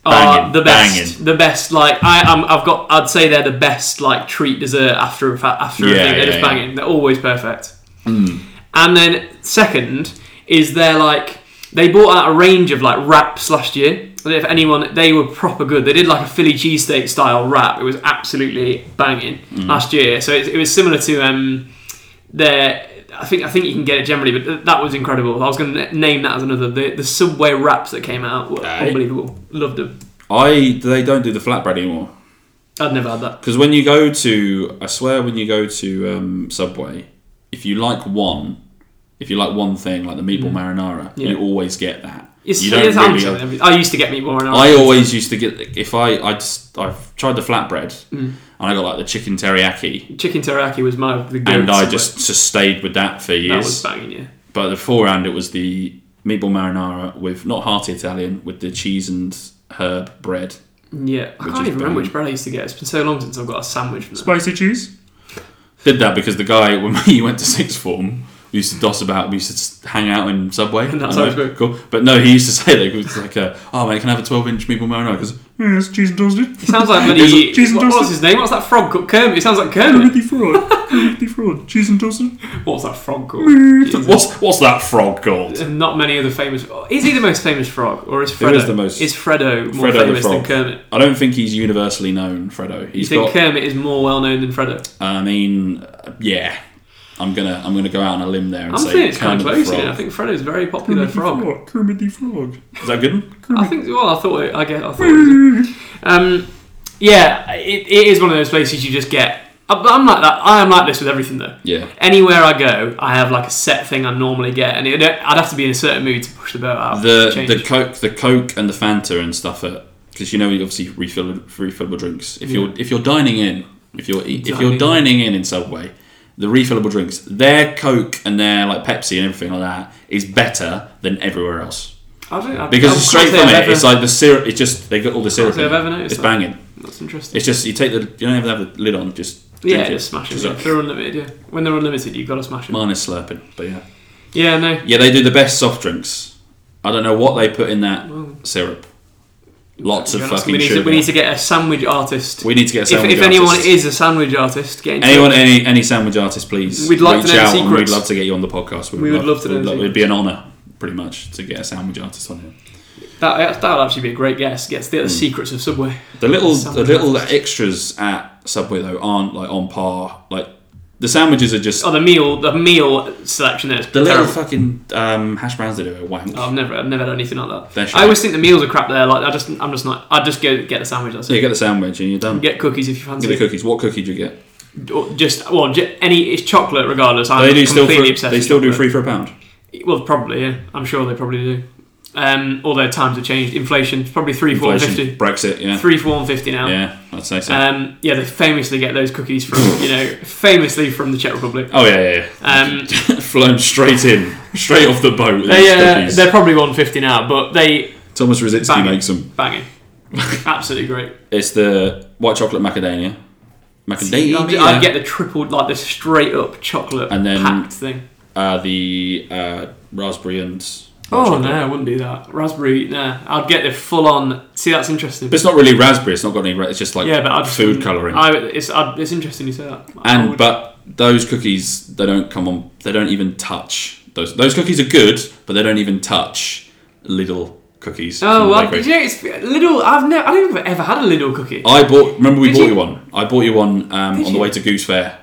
E: are
D: Banging,
E: Uh, the best.
D: banging.
E: The best, like I, I'm, I've got, I'd say they're the best like treat dessert after a fa- after a
D: Yeah,
E: thing. They're
D: yeah,
E: just
D: yeah. Hmm.
E: banging. They're always perfect. And then second is they're like they bought out a range of like wraps last year. And if anyone, they were proper good. They did like a Philly cheesesteak style wrap. It was absolutely banging
D: Hmm.
E: last year. So it, it was similar to um their. I think I think you can get it generally, but th- that was incredible. I was going to name that as another. The, the Subway wraps that came out were
D: Aye.
E: unbelievable. Loved them.
D: I they don't do the flatbread anymore.
E: I'd never had that.
D: Because when you go to, I swear, when you go to um, Subway, if you like one, if you like one thing, like the meatball marinara,
E: Mm. Yeah.
D: you always get that.
E: It's,
D: you don't
E: it's
D: really-
E: Hampton and everything. I used to get meat more. and
D: I always used to get if I I just I've tried the flatbread and I got like the chicken teriyaki
E: chicken teriyaki was my the go-to
D: and I
E: Subway.
D: just just stayed with that for
E: that
D: years.
E: was banging. Yeah.
D: but the forehand it was the meatball marinara with not hearty Italian with the cheese and herb bread.
E: Yeah, I
D: Which
E: can't
D: is
E: even remember
D: banging.
E: which bread I used to get. It's been so long since I've got a sandwich from there.
D: spicy cheese. Did that because the guy [laughs] when he went to sixth form we used to doss about. We used to s- hang out in Subway.
E: And that's
D: I know,
E: how it's
D: cool. But no, he used to [laughs] say like, it was like, uh, "Oh mate, can I have a twelve-inch meatball marinara?" Because yeah, it's Mm, cheese and toasted.
E: It sounds like
D: It's
E: bloody.
D: a cheese and
E: what, what's
D: toasted.
E: his name? What's that frog called? Kermit. It sounds like Kermit.
D: Bloody fraud. Bloody fraud. Cheese and toasted.
E: What's that frog called? Jesus.
D: What's what's that frog called?
E: And Not many other famous. Is he the most famous frog, or is Fredo?
D: Who is the most-
E: Is Fredo more
D: Fredo the
E: famous than
D: frog.
E: Kermit?
D: I don't think he's universally known, Fredo.
E: You
D: He's
E: think
D: got.
E: Kermit is more well known than Fredo?
D: I mean, uh, yeah. I'm gonna I'm gonna go out on a limb there and
E: I'm
D: say
E: saying it's
D: Kermit
E: kind of
D: the
E: close. You
D: Frog.
E: know, I think Fredo's a very popular frog.
C: Kermit the Frog.
D: Is that a good? One?
E: I think. Well, I thought. It, I get. I thought. It was, um, yeah, it, it is one of those places you just get. I- But I'm like that. I am like this with everything though.
D: Yeah.
E: Anywhere I go, I have like a set thing I normally get, and it, I'd have to be in a certain mood to push the boat out. to
D: the
E: change.
D: the coke the coke and the fanta and stuff because you know you obviously refill refillable drinks if you're if you're dining in if you're eat, if
E: Dining
D: you're
E: in.
D: dining in in subway the refillable drinks their coke and their like pepsi and everything like that is better than everywhere else
E: I don't, I,
D: because
E: I
D: it's
E: can't
D: straight
E: say
D: from it
E: I've ever-
D: it's like the syrup it's just they got all the syrup
E: say
D: in
E: I've
D: it.
E: ever noticed
D: it's
E: that.
D: banging
E: that's interesting.
D: it's just you take the you don't even have the lid on just drink
E: yeah,
D: it.
E: just smash it.
D: It's
E: Yeah.
D: like,
E: If They're unlimited. Yeah, when they're unlimited, you've got to smash it.
D: mine is slurping but yeah
E: Yeah, no.
D: yeah they do the best soft drinks I don't know what they put in that syrup lots of
E: You're not-
D: fucking
E: we, need
D: sugar
E: to, we need to get a sandwich artist.
D: We need to get a
E: If,
D: sandwich
E: if anyone
D: artist.
E: is a sandwich artist, get in touch.
D: anyone, any any sandwich artist, please.
E: We'd like to
D: reach
E: know the
D: out and
E: secrets.
D: We'd love to get you on the podcast. We'd
E: We would love to know
D: we'd
E: the
D: It'd be an honour, pretty much, to get a sandwich artist on here.
E: That that would actually be a great guest. Gets
D: Hmm.
E: the other secrets of Subway.
D: The little the
E: Sandwich
D: little
E: artist.
D: extras at Subway though aren't like on par. Like the sandwiches are just
E: Oh, the meal, the meal selection is
D: the little
E: terrible.
D: fucking um, hash browns they do are wank.
E: Oh, I've never, I've never had anything like that.
D: They're shit.
E: I always think the meals are crap there. Like I just, I'm just not. I just go get a sandwich. That's
D: so you
E: it.
D: get the sandwich and you're done.
E: Get cookies if you fancy.
D: Get the cookies. What cookie do you get?
E: Or just well, ju- any it's chocolate regardless. I'm
D: they do still
E: completely
D: free,
E: obsessed.
D: they
E: with
D: still do
E: chocolate.
D: free for a pound.
E: Well, probably. Yeah, I'm sure they probably do. Um, although times have changed. Inflation, it's probably three four one
D: Inflation,
E: fifty.
D: Brexit, yeah,
E: Three four one fifty now.
D: yeah, I'd say so.
E: Um, yeah, they famously get those cookies from you know famously from the
D: [laughs]
E: Czech Republic.
D: oh yeah, yeah,
E: Um,
D: yeah. [laughs] flown straight in, straight off the boat. with
E: they,
D: these
E: uh,
D: cookies.
E: they're probably one fifty now, but they
D: Thomas Rositsky
E: Banging.
D: makes them. [laughs]
E: banging, absolutely great.
D: It's the white chocolate macadamia.
E: I'd,
D: Macadamia.
E: I'd get the triple, like the straight up chocolate
D: And then-
E: packed thing.
D: uh, the uh, raspberry and. white
E: Oh
D: chocolate.
E: no, I wouldn't do that. Raspberry, nah. I'd get the full on. See, that's interesting.
D: But it's not really raspberry. It's not got any. ra- It's just like
E: yeah, but I'd just
D: food
E: wouldn't-
D: coloring.
E: I, it's, I'd, it's interesting you say that. I
D: and
E: would-
D: but those cookies, they don't come on. They don't even touch Those those cookies are good, but they don't even touch little cookies. from
E: Oh
D: the
E: well,
D: bakery.
E: did you know it's Lidl? I've never, I don't think I've ever had a Lidl cookie.
D: I bought. Remember, we
E: Did
D: bought you?
E: you?
D: one. I bought you one um,
E: Did
D: on the
E: you?
D: way to Goose Fair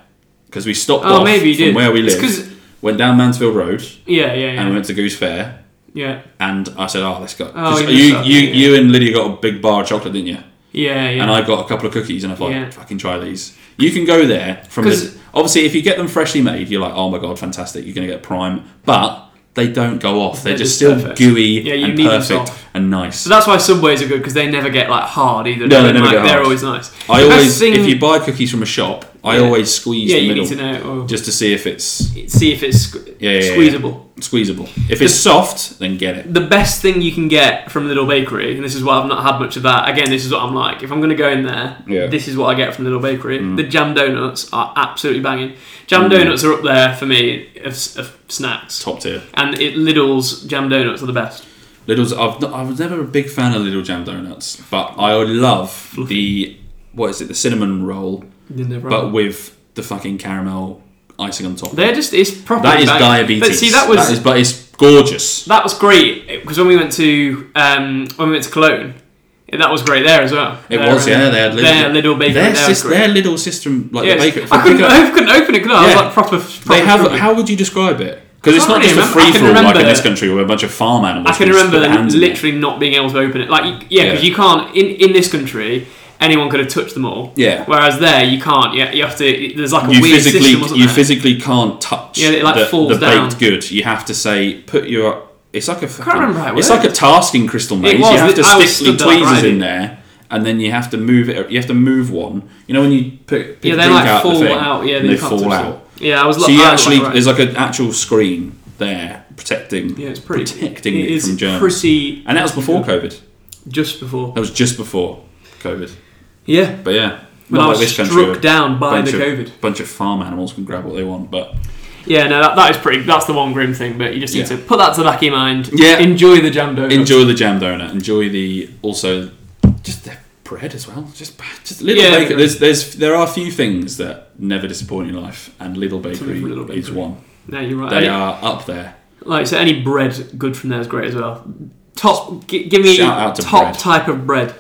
D: because we stopped
E: Oh,
D: off
E: maybe you
D: from
E: did.
D: where we
E: It's
D: lived.
E: 'cause-
D: went down Mansfield Road
E: Yeah, yeah,
D: and
E: yeah,
D: went to Goose Fair,
E: yeah,
D: and I said, "Oh, let's go." 'Cause you,
E: Oh, you missed
D: you,
E: that, yeah.
D: you and Lydia got a big bar of chocolate, didn't you?
E: yeah, yeah.
D: And I got a couple of cookies, and I thought,
E: Yeah.
D: "Fucking try these." You can go there from
E: 'Cause-
D: this. Obviously, if you get them freshly made, you're like, "Oh my god, fantastic!" You're going to get prime, but they don't go off. They're,
E: They're
D: just
E: just
D: still
E: perfect.
D: gooey
E: Yeah, you
D: and
E: need them
D: perfect
E: soft.
D: and nice.
E: so that's why Subways are good because they never get like hard either.
D: No,
E: do
D: they never
E: like,
D: get
E: They're
D: hard.
E: always nice.
D: I
E: The best
D: always,
E: thing-
D: if you buy cookies from a shop, I
E: Yeah.
D: always squeeze
E: yeah,
D: the
E: you
D: middle
E: need to know. Or
D: just to see if it's
E: see if it's sque-
D: Yeah, yeah, yeah.
E: squeezable.
D: squeezable. If it's soft, then get it.
E: The best thing you can get from Little Bakery, and this is why I've not had much of that. Again, this is what I'm like. If I'm going to go in there,
D: Yeah. Mm.
E: this is what I get from Little Bakery. The jam donuts are absolutely banging. Jam donuts are up there for me of, s- of snacks.
D: Top tier.
E: And it, Lidl's jam donuts are the best.
D: Lidl's. I've not, I was never a big fan of Lidl jam donuts, but I love the what is it? The cinnamon roll,
E: They're
D: but with the fucking caramel icing on top.
E: They're just it's proper.
D: that is diabetes.
E: But see, that was
D: that is, but it's gorgeous.
E: that was great because when we went to um, when we went to Cologne, that was great there as well.
D: It
E: Their,
D: was,
E: uh,
D: yeah. They had Lidl,
E: their Lidl bakery.
D: Their,
E: there was
D: sis-
E: great.
D: their Lidl system, like
E: Yes.
D: the bakery.
E: I couldn't,
D: Pick up-
E: I couldn't open it because I was
D: Yeah.
E: like proper. proper
D: They have.
E: struggling.
D: How would you describe it? Because it's
E: can't
D: not just
E: really
D: a
E: remember- I
D: free
E: can
D: for all like in
E: remember-
D: this country where a bunch of farm animals.
E: I can
D: just
E: remember
D: put their hands in it.
E: literally not being able to open it. Like, you- yeah, because
D: Yeah.
E: you can't in in this country. Anyone could have touched them all.
D: Yeah.
E: Whereas there, you can't. Yeah, you have to. There's like a
D: you
E: weird
D: physically
E: system. Wasn't
D: you
E: there?
D: physically can't touch
E: Yeah, it, like,
D: the,
E: falls
D: the
E: down.
D: baked good. You have to say put your it's like a fucking,
E: remember how it
D: it's
E: worked.
D: like a task in crystal maze.
E: was,
D: you have to
E: I was
D: stick the
E: stood there
D: tweezers
E: grinding.
D: in there and then you have to move it you have to move one. You know when you put pick
E: yeah,
D: a
E: they
D: drink
E: like
D: out the
E: fall
D: thing
E: out. Yeah,
D: and
E: you
D: they
E: can't
D: fall
E: touch them.
D: out.
E: Yeah, I was.
D: So
E: like,
D: you
E: I was
D: actually
E: like, right.
D: there's like an actual screen there protecting
E: yeah, it's pretty
D: protecting
E: it
D: it
E: is
D: from germs.
E: pretty
D: and that was before COVID.
E: just before.
D: That was just before COVID.
E: Yeah,
D: But yeah. not
E: when I
D: like
E: was
D: this country,
E: struck
D: where
E: down by
D: bunch
E: the
D: of-
E: COVID.
D: bunch of farm animals can grab what they want, but
E: Yeah, no, that, that is pretty. That's the one grim thing, but you just need
D: Yeah.
E: to put that to the back of your mind.
D: Yeah.
E: enjoy the jam donuts.
D: enjoy the jam donut. Enjoy the also just the bread as well. Just just little
E: Yeah.
D: bakery. There's there's there are a few things that never disappoint in life, and little bakery,
E: Little Bakery.
D: is one.
E: No, you're right.
D: They
E: Any-
D: are up there.
E: Like so, any bread good from there is great as well. Top, g- give me
D: Shout out to
E: top
D: bread.
E: type of bread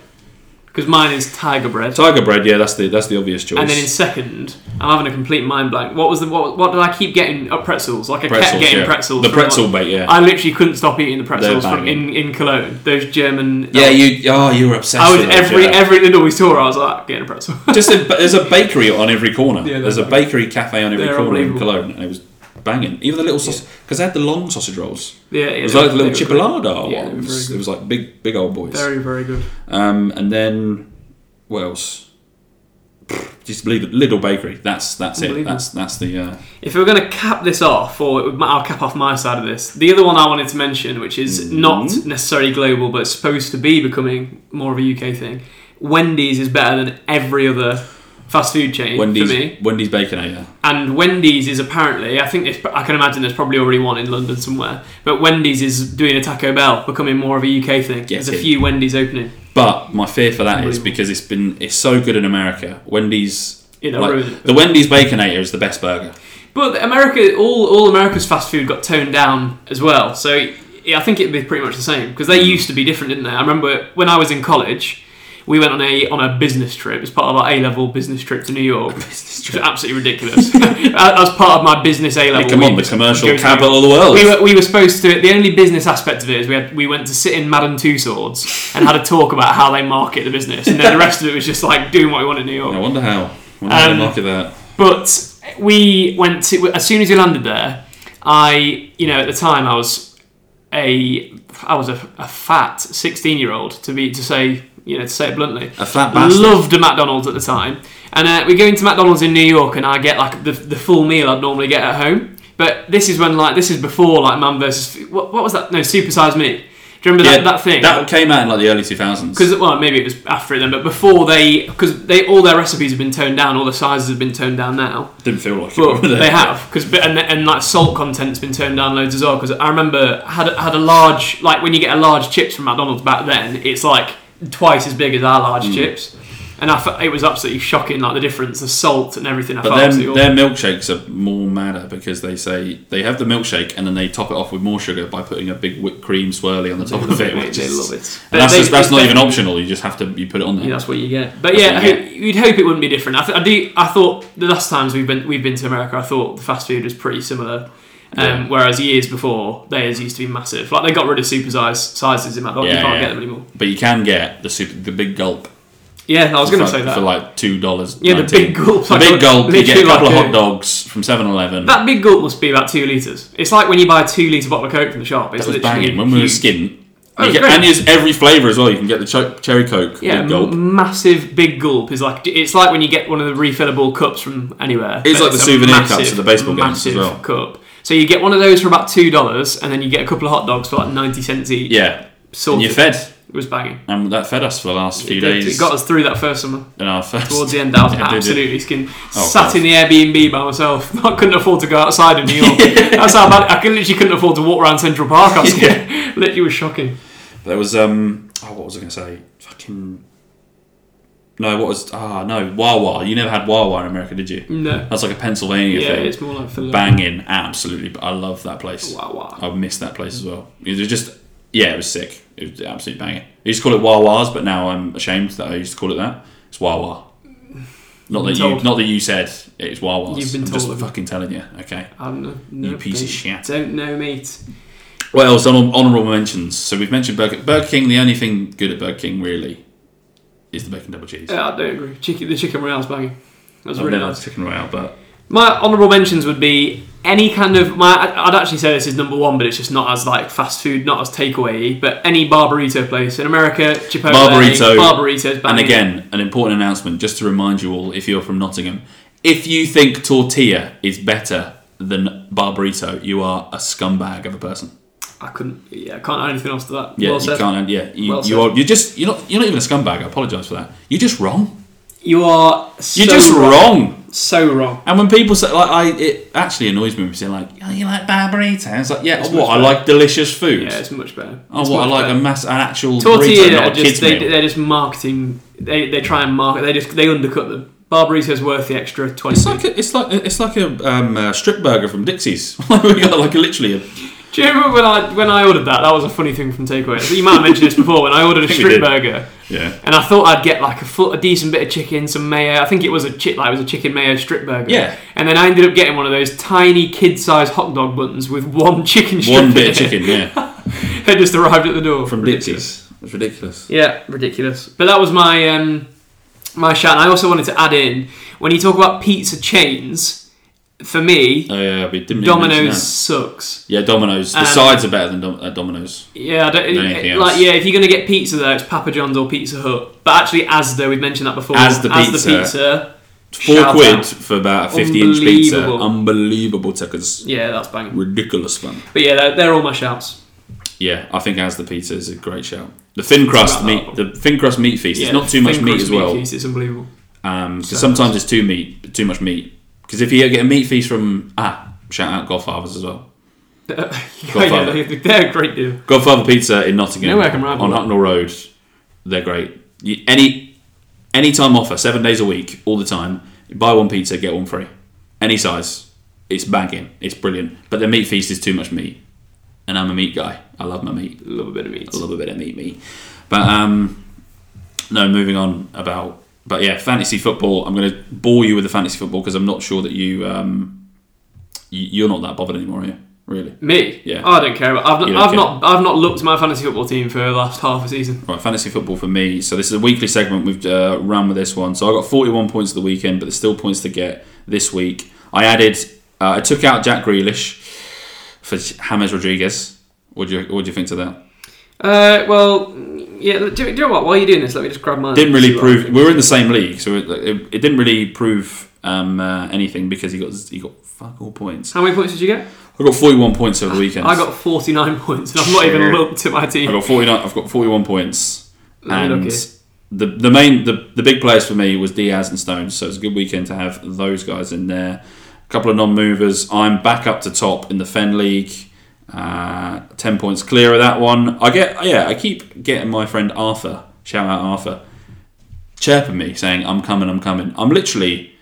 E: because mine is tiger bread.
D: Tiger bread, yeah, that's the that's the obvious choice.
E: And then in second, I'm having a complete mind blank. What was the what? What did I keep getting? Oh, pretzels. Like I kept
D: Pretzels,
E: getting
D: yeah.
E: pretzels.
D: The
E: from
D: pretzel
E: what-
D: bait, yeah.
E: I literally couldn't stop eating the pretzels from
D: banging.
E: in, in Cologne. Those German. um,
D: yeah, you oh you were obsessed.
E: I was
D: with those,
E: every
D: yeah.
E: every little we saw. I was like getting a pretzel.
D: just a, but there's a bakery on every corner.
E: Yeah,
D: there's a
E: they're-
D: bakery cafe on every
E: they're
D: corner in
E: unbelievable.
D: Cologne, and it was banging. Even the little sausage because they had the long sausage rolls.
E: [laughs] yeah, yeah,
D: It was
E: they
D: like the
E: were-
D: little
E: they were great.
D: chipolata
E: Yeah, they were very
D: ones.
E: good.
D: It was like big big old boys.
E: Very very good.
D: Um, and then what else? Just Lidl, Lidl Bakery. That's that's it.
E: Unbelievable.
D: That's that's the uh,
E: If we were going to cap this off, or it would- I'll cap off my side of this, the other one I wanted to mention, which is not necessarily global, but supposed to be becoming more of a UK thing, Wendy's is better than every other fast food chain
D: Wendy's
E: for me.
D: Wendy's Baconator.
E: And Wendy's is apparently, I think, it's, I can imagine there's probably already one in London somewhere, but Wendy's is doing a Taco Bell, becoming more of a UK thing. there's a
D: in.
E: few Wendy's opening.
D: But my fear for that is
E: Unbelievable.
D: because it's been it's so good in America. Wendy's
E: You know, ruined it.
D: the Wendy's Baconator is the best burger.
E: But America, all all America's fast food got toned down as well. So yeah, I think it'd be pretty much the same because they used to be different, didn't they? I remember when I was in college, we went on a on a business trip as part of our A level business trip to New
D: [laughs]
E: York. business trip, absolutely ridiculous. as part of my business A level,
D: Come on, the commercial capital of the world.
E: we were, we were supposed to. The only business aspect of it is we had, we went to sit in Madame Tussauds and had a talk about how they market the business, and then the rest of it was just like doing what we want in New York.
D: I wonder how. I wonder how they
E: Um,
D: market that.
E: But we went to as soon as we landed there. I, you know, at the time I was a I was a, a fat sixteen year old to be to say you know to say it bluntly.
D: A fat bastard.
E: Loved a McDonald's at the time, and uh, we go into McDonald's in New York, and I get like the, the full meal I'd normally get at home. But this is when like this is before like Man versus F- what, what was that? No, Super Size Me. Do you remember that, that thing?
D: that came out in like the early two thousands.
E: Because well, maybe it was after it then, but before they, because they all their recipes have been toned down, all the sizes have been toned down now.
D: Didn't feel like
E: Well,
D: it. really.
E: they have because and and like salt content's been turned down loads as well. Because I remember had had a large
D: Hmm.
E: like when you get a large chips from McDonald's back then, it's like twice as big as our large chips. and I fe- it was absolutely shocking, like the difference, the salt and everything. I
D: But
E: felt
D: then
E: absolutely
D: their milkshakes are more madder because they say they have the milkshake and then they top it off with more sugar by putting a big whipped cream swirly on the top of it, which
E: they
D: is
E: love it.
D: And that's,
E: They-
D: just, that's
E: they-
D: not
E: they-
D: even optional. You just have to you put it on there.
E: Yeah, that's what you get. But
D: That's
E: yeah,
D: what you
E: I- you'd hope it wouldn't be different. I, th- I do. I thought the last times we've been we've been to America, I thought the fast food was pretty similar. Um,
D: Yeah.
E: Whereas years before, theirs used to be massive. Like they got rid of super size sizes in McDonald's.
D: Yeah,
E: you can't
D: yeah.
E: get them anymore.
D: But you can get the super the big gulp.
E: Yeah, I was going to
D: for,
E: say that.
D: for like two dollars.
E: Yeah, the big gulp.
D: The big gulp. You get a
E: Literally
D: couple
E: like
D: of hot
E: a-
D: dogs from 7-Eleven. That
E: that big gulp must be about two liters. It's like when you buy a two liter bottle of Coke from the shop. It's
D: was
E: literally
D: banging when we were
E: huge.
D: skin.
E: Oh,
D: You get,
E: great.
D: and there's every flavour as well. You can get the cho- cherry coke.
E: Yeah,
D: big gulp.
E: m- massive big gulp is like it's like when you get one of the refillable cups from anywhere.
D: It's
E: But
D: like the
E: a
D: souvenir cups at the baseball games as
E: massive
D: well.
E: Cup. So you get one of those for about two dollars, and then you get a couple of hot dogs for like ninety cents each.
D: yeah. And
E: sorted.
D: you're fed.
E: It was banging.
D: And that fed us for the last few
E: It, did-
D: days.
E: it got us through that first summer.
D: in our first.
E: Towards the end, I
D: [laughs]
E: was
D: Yeah, it did.
E: absolutely skin.
D: Oh,
E: Sat
D: God.
E: in the Airbnb by myself. [laughs] I couldn't afford to go outside in
D: [laughs]
E: New York. That's how bad. I could- literally couldn't afford to walk around Central Park. I was
D: [laughs]
E: scared. [laughs] Literally was shocking.
D: There was um oh what was I gonna say? Fucking No, what was ah no, Wawa. You never had Wawa in America, did you?
E: No.
D: That's like a Pennsylvania
E: Mm. Yeah,
D: thing.
E: it's more like Philadelphia.
D: Banging, absolutely. But I love that place.
E: Wawa.
D: I miss that place as well. It was just yeah, it was sick. It was absolutely banging. I used to call it Wawa's, but now I'm ashamed that I used to call it that. It's Wawa. Not that you
E: told.
D: not that you said it's Wawa's.
E: You've been
D: I'm just
E: told.
D: fucking telling you, okay.
E: I don't know.
D: You piece of shit.
E: don't- Don't know, mate.
D: What else? Honor- honorable mentions. So we've mentioned Burger Burger King. The only thing good at Burger King really is the bacon double cheese.
E: Yeah, Uh, I don't agree. Chicken, the chicken royale's banging. That was
D: I've
E: really
D: never had
E: nice.
D: chicken royale, but
E: My honourable mentions would be any kind of my. I'd actually say this is number one, but it's just not as like fast food, not as takeaway. But any barburrito place in America, Chipotle,
D: Barburrito.
E: Barburrito's
D: and
E: banging.
D: again, an important announcement just to remind you all: if you're from Nottingham, if you think tortilla is better than barburrito, you are a scumbag of a person.
E: I couldn't. Yeah, I can't add anything else to that.
D: Yeah,
E: well
D: you
E: said.
D: can't. Yeah, you,
E: Well
D: you
E: said.
D: are. You're just. You're not. You're not even a scumbag. I apologise for that. You're just wrong.
E: You are. So
D: You're just wrong.
E: So wrong.
D: And when people say like, I, it actually annoys me when people say like, oh, you like barburrito. It's like, yeah,
E: It's
D: what
E: much
D: I
E: better.
D: like delicious food.
E: Yeah, it's much better.
D: Oh,
E: It's
D: what I
E: much
D: like
E: better.
D: a mass, an actual
E: Tortilla
D: burrito, not
E: are
D: a
E: just
D: kids
E: they,
D: meal.
E: they're just marketing. They, they try and market. They just they undercut them. Barburrito's worth the extra twenty.
D: It's like a, it's like it's like a um, uh, strip burger from Dixie's. [laughs] we got like a, literally a
E: Do you remember when I when I ordered that? That was a funny thing from Takeaway. I think You might have mentioned this before. When I
D: [laughs]
E: ordered a
D: think we did.
E: strip burger,
D: [laughs] yeah
E: and I thought I'd get like a full, a decent bit of chicken, some mayo. I think it was a chi- like it was a chicken mayo strip burger.
D: Yeah.
E: And then I ended up getting one of those tiny kid sized hot dog buns with one chicken strip.
D: one bit of
E: in
D: chicken
E: it. [laughs]
D: yeah [laughs]
E: They just arrived at the door
D: from
E: Ridiculous.
D: Dixie's. It's ridiculous.
E: Yeah, ridiculous. But that was my um, my shout. And I also wanted to add in when you talk about pizza chains. For me,
D: Oh yeah, we didn't even mention
E: Domino's
D: that.
E: sucks.
D: Yeah, Domino's. The
E: Um,
D: sides are better than Dom- uh, Domino's.
E: Yeah, I don't,
D: Than anything
E: it-
D: else.
E: like yeah, if you're gonna get pizza there, it's Papa John's or Pizza Hut. But actually, Asda, we've mentioned that before.
D: Asda pizza.
E: pizza,
D: Four
E: shout
D: quid
E: out.
D: for about a fifty-inch pizza.
E: Unbelievable.
D: Unbelievable tickets.
E: Yeah, that's banging.
D: Ridiculous fun.
E: But yeah, they're, they're all my shouts.
D: Yeah, I think as the pizza is a great shout. The thin crust
E: Wrap
D: meat,
E: that
D: the thin crust meat feast.
E: Yeah,
D: It's not too much
E: thin
D: meat
E: crust
D: as well.
E: feast, it's unbelievable. [laughs]
D: Um 'cause
E: So-
D: sometimes it's too meat, too much meat. Because if you get a meat feast from ah, shout out Godfather's as well.
E: yeah, they- they're a great deal.
D: Godfather Pizza in Nottingham
E: Nowhere can rival
D: on
E: that.
D: Hucknall Road. They're great. You, any any time offer, seven days a week, all the time. You buy one pizza, get one free. Any size. It's banging. It's brilliant. But the meat feast is too much meat, and I'm a meat guy. I love my meat.
E: Love a bit of meat.
D: I love a bit of meat meat. But um, no, moving on about but yeah, fantasy football. I'm going to bore you with the fantasy football because I'm not sure that you um, you- you're not that bothered anymore, are you? Really?
E: Me? Oh,
D: Yeah.
E: I don't care. About, I've,
D: You
E: not,
D: don't
E: I've
D: care.
E: not I've not looked at my fantasy football team for the last half a season.
D: Right, fantasy football for me. So this is a weekly segment we've uh, run with this one. So I got 41 points of the weekend, but there's still points to get this week. I added, uh, I took out Jack Grealish for James Rodriguez. What do you what do you think to that?
E: Uh, well, yeah. Do, do you know what? While you're doing this, let me just grab mine.
D: didn't
E: See
D: really
E: what-
D: prove. We were in the same league, so it, it, it didn't really prove um, uh, anything because he got he got fuck all points.
E: How many points did you get?
D: I got forty one points over the weekend.
E: I got 49 [laughs] points, and I've not even looked at my team.
D: I got forty nine. I've got forty one points,
E: Very
D: and
E: lucky.
D: the the main the, the big players for me was Diaz and Stones. So it's a good weekend to have those guys in there. A couple of non movers. I'm back up to top in the Fen League. Uh, ten points clear of that one. I get yeah. I keep getting my friend Arthur. Shout out Arthur. chirping me saying, I'm coming, I'm coming. I'm literally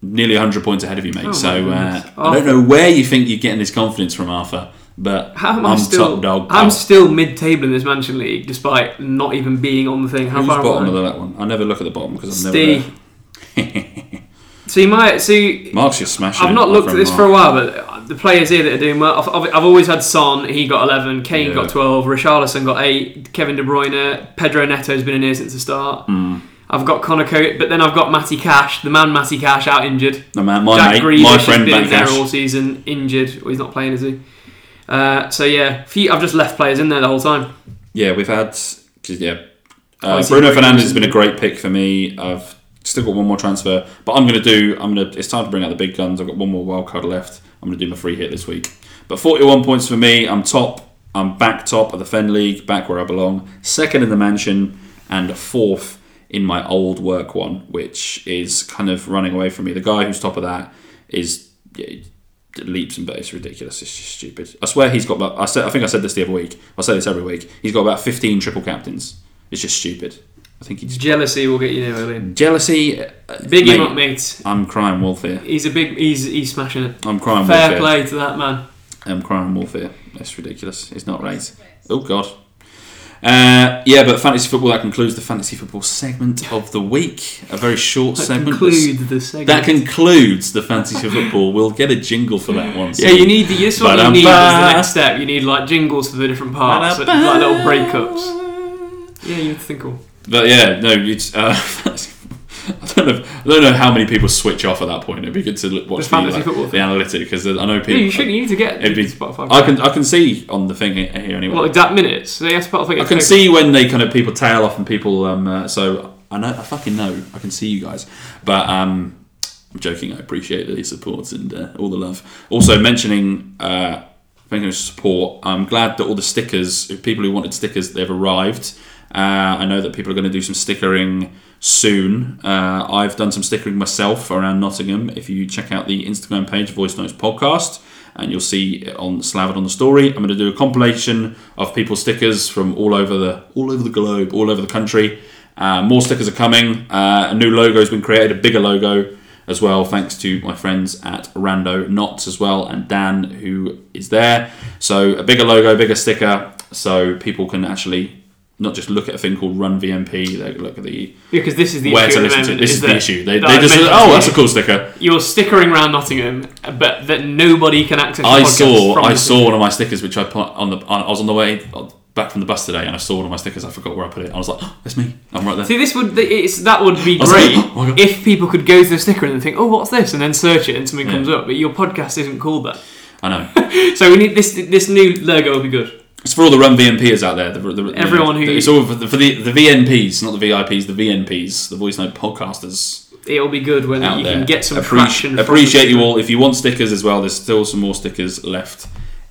D: nearly 100 points ahead of you, mate.
E: Oh my
D: so uh,
E: goodness.
D: I don't know where you think you're getting this confidence from, Arthur, but
E: How am I
D: I'm
E: still,
D: top dog.
E: I'm
D: pal.
E: still mid-table in this Mansion League, despite not even being on the thing. How
D: Who's
E: far
D: bottom of
E: am I?
D: that one? I never look at the bottom because I'm never
E: Steve.
D: there. [laughs]
E: See, my see,
D: Mark's just smashing.
E: I've
D: it,
E: not
D: my
E: looked at
D: friend
E: this for a
D: Mark.
E: while, but the players here that are doing well. I've, I've, I've always had Son. He got eleven. Kane
D: Yeah.
E: got twelve. Richarlison got eight. Kevin De Bruyne. Pedro Neto's been in here since the start.
D: Hmm.
E: I've got Connor Cote, but then I've got Matty Cash, the man Matty Cash, out injured.
D: No, man, my
E: Jack
D: mate,
E: Grealish
D: my
E: has
D: friend
E: been there all
D: Backlash.
E: season, injured. Well, he's not playing, is he? Uh, so yeah, few, I've just left players in there the whole time.
D: Yeah, we've had. 'cause, Yeah,
E: I
D: uh,
E: see
D: Bruno
E: Bruno
D: Fernandez has
E: and-
D: been a great pick for me. I've still got one more transfer, but I'm going to do. I'm going to. It's time to bring out the big guns. I've got one more wild card left. I'm going to do my free hit this week. But 41 points for me. I'm top. I'm back top of the Fen League, back where I belong. Second in the mansion, and fourth in my old work one, which is kind of running away from me. The guy who's top of that is yeah, leaps and bounds. It's ridiculous. It's just stupid. I swear he's got. About, I said. I think I said this the other week. I say this every week. He's got about 15 triple captains. It's just stupid. I think he's
E: Jealousy will get you there, William.
D: jealousy. uh,
E: Big
D: mate,
E: him up, mate.
D: I'm crying wolf here.
E: He's a big. He's he's smashing it.
D: I'm crying
E: Fair
D: wolf
E: play to that man.
D: here. I'm crying wolf here. That's ridiculous. It's not right. Oh god. Uh, yeah, but fantasy football. That concludes the fantasy football segment of the week. A very short
E: That
D: segment.
E: conclude the segment.
D: That concludes the fantasy football. We'll get a jingle for that one.
E: yeah, you need the. This is what you
D: Ba-dum-ba.
E: need is the next step. You need like jingles for the different parts, but, like little breakups. Yeah, you have to think. All.
D: But yeah, no, it's. Uh, [laughs] I don't know. I don't know how many people switch off at that point. It'd be good to look, watch
E: The
D: the,
E: fantasy
D: like,
E: football
D: the analytic because I know people.
E: Yeah, you should. You need to get
D: It'd be-
E: Spotify.
D: I can I can see on the thing here anyway.
E: What exact minutes? So yeah, Spotify.
D: I can see when they kind of people tail off and people. Um, uh, so I know I fucking know. I can see you guys, but um, I'm joking. I appreciate the support and uh, all the love. Also mentioning. Uh, Thank you for support. I'm glad that all the stickers, if people who wanted stickers, they've arrived. Uh, I know that people are going to do some stickering soon. Uh, I've done some stickering myself around Nottingham. If you check out the Instagram page, Voice Notes Podcast, and you'll see on Slavid on the story, I'm going to do a compilation of people's stickers from all over the all over the globe, all over the country. Uh, more stickers are coming. Uh, a new logo has been created, a bigger logo as well. Thanks to my friends at Rando Knots as well, and Dan who is there. So a bigger logo, bigger sticker, so people can actually not just look at a thing called Run VMP. They look at the
E: because this is the
D: where
E: issue
D: to
E: at the
D: listen to.
E: moment,
D: This is the
E: that-
D: issue. They,
E: that
D: they
E: I
D: just
E: mentioned
D: oh
E: to
D: that's a
E: you,
D: cool sticker.
E: You're stickering around Nottingham, but that nobody can access. the
D: I
E: podcast
D: saw
E: from
D: I
E: Nottingham.
D: saw one of my stickers which I put on the on, I was on the way back from the bus today and I saw one of my stickers. I forgot where I put it. I was like [gasps] oh, that's me. I'm right there.
E: See, this would it's, that would be
D: I was like,
E: great
D: "Oh my God."
E: if people could go to the sticker and think, "Oh, what's this?" and then search it and something comes up. But your podcast isn't called that,
D: I
E: [laughs]
D: know.
E: so we need this. This new logo will be good.
D: It's for all the Run VNPs out there. The, the, the-
E: Everyone who-
D: it's all for the, for the the VNPs, not the VIPs, the VNPs, the voice note podcasters.
E: It'll be good when
D: out
E: you
D: there.
E: can get some
D: Appreci-
E: traction. from
D: Appreciate
E: the
D: you
E: sticker.
D: all. If you want stickers as well, there's still some more stickers left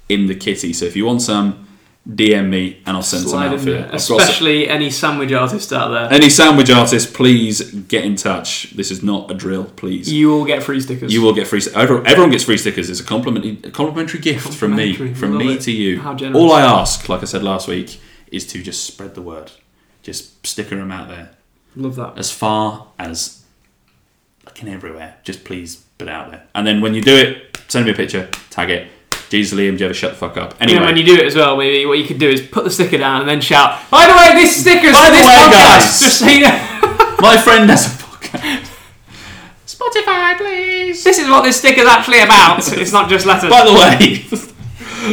D: in the kitty. So if you want some, DM me and I'll send
E: Slide
D: some
E: in
D: out for you.
E: there.
D: I've got some-
E: Especially any sandwich artist out there,
D: any sandwich artist, please get in touch. This is not a drill, please. You,
E: you will get free stickers.
D: will get free. st- Everyone, everyone gets free stickers. It's a complimentary, a complimentary gift from me,
E: Complimentary.
D: from
E: Love
D: me
E: it.
D: to you.
E: How generous.
D: All I ask, like I said last week, is to just spread the word. Just sticker them out there
E: love that.
D: as far as fucking everywhere. Just please put it out there. And then when you do it, send me a picture, tag it. Jesus Liam, do you ever shut the fuck up? Anyway,
E: And when you do it as well, maybe what you could do is put the sticker down and then shout, "By the way, this sticker's
D: By
E: for
D: the
E: this
D: way,
E: podcast."
D: guys.
E: [laughs] Just so you know.
D: [laughs] my friend has a podcast.
E: Spotify, please. This is what this sticker's actually about. it's not just
D: [laughs]
E: letters.
D: By the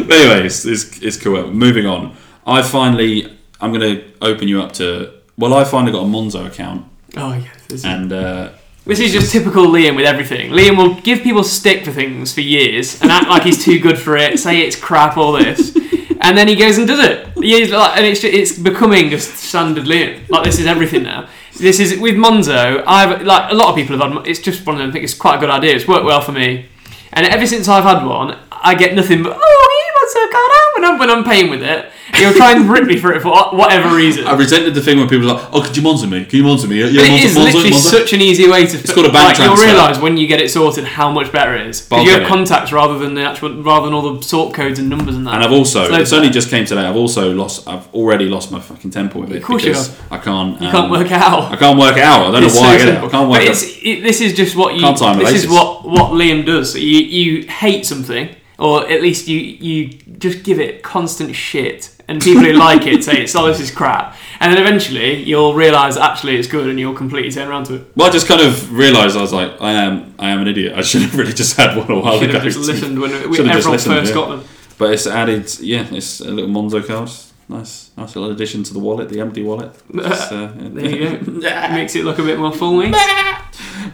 D: way, [laughs] anyways, it's, it's cool. Moving on. I finally, I'm going to open you up to. Well, I finally got a Monzo account,
E: oh yes, this is
D: and uh,
E: This is just typical Liam with everything. Liam will give people stick for things for years and act like he's too good for it, say it's crap, all this, and then he goes and does it. He's like, and it's, it's becoming just standard Liam. Like this is everything now. This is with Monzo. I've like a lot of people have had. It's just one of them. I think it's quite a good idea. It's worked well for me, and ever since I've had one, I get nothing but oh, you Monzo, can't help when I'm when I'm paying with it. He'll try and rip me for it for whatever
D: [laughs]
E: reason.
D: I resented the thing when people were like, "Oh, could you Monza me? Can you Monza me? Yeah,
E: But it
D: Monza,
E: is
D: Monza,
E: literally
D: Monza."
E: such an easy way to. It's
D: called a bank
E: You'll
D: transfer.
E: realise when you get it sorted how much better it is. 'Cause
D: But I'll
E: you
D: get
E: have
D: it.
E: contacts rather than the actual, rather than all the sort codes and numbers and that.
D: And I've also,
E: It's loads
D: it's
E: of
D: only
E: that.
D: just came today. I've also lost. I've already lost my fucking temper with it.
E: Of course you
D: because I can't.
E: You can't
D: um,
E: work it out.
D: I can't work it out. I don't
E: It's
D: know why I
E: so
D: get it.
E: simple.
D: I can't
E: But
D: work
E: it's,
D: it.
E: it, this is just what you.
D: Can't time
E: this
D: relations.
E: is what what Liam does. You you hate something, or at least you you just give it constant shit, and people who like it say it's oh this is crap, and then eventually you'll realise actually it's good, and you'll completely turn around to it.
D: Well, I just kind of realised I was like, I am, I am an idiot. I should have really just had one a while
E: Should
D: ago.
E: have just listened when we,
D: Should have just
E: everyone
D: listened,
E: first
D: yeah.
E: got them.
D: But it's added, yeah, it's a little Monzo card. Nice, nice little addition to the wallet, the empty
E: [laughs]
D: wallet. It's, uh, [laughs]
E: There you go. Makes it look a bit more full, mate.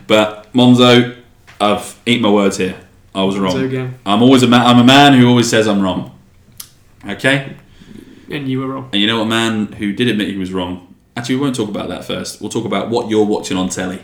D: But Monzo, I've eat my words here. I was wrong.
E: Monzo game.
D: I'm always a man. I'm a man who always says I'm wrong. Okay,
E: And you were wrong.
D: and you know what, man who did admit he was wrong. Actually, we won't talk about that first. We'll talk about what you're watching on telly.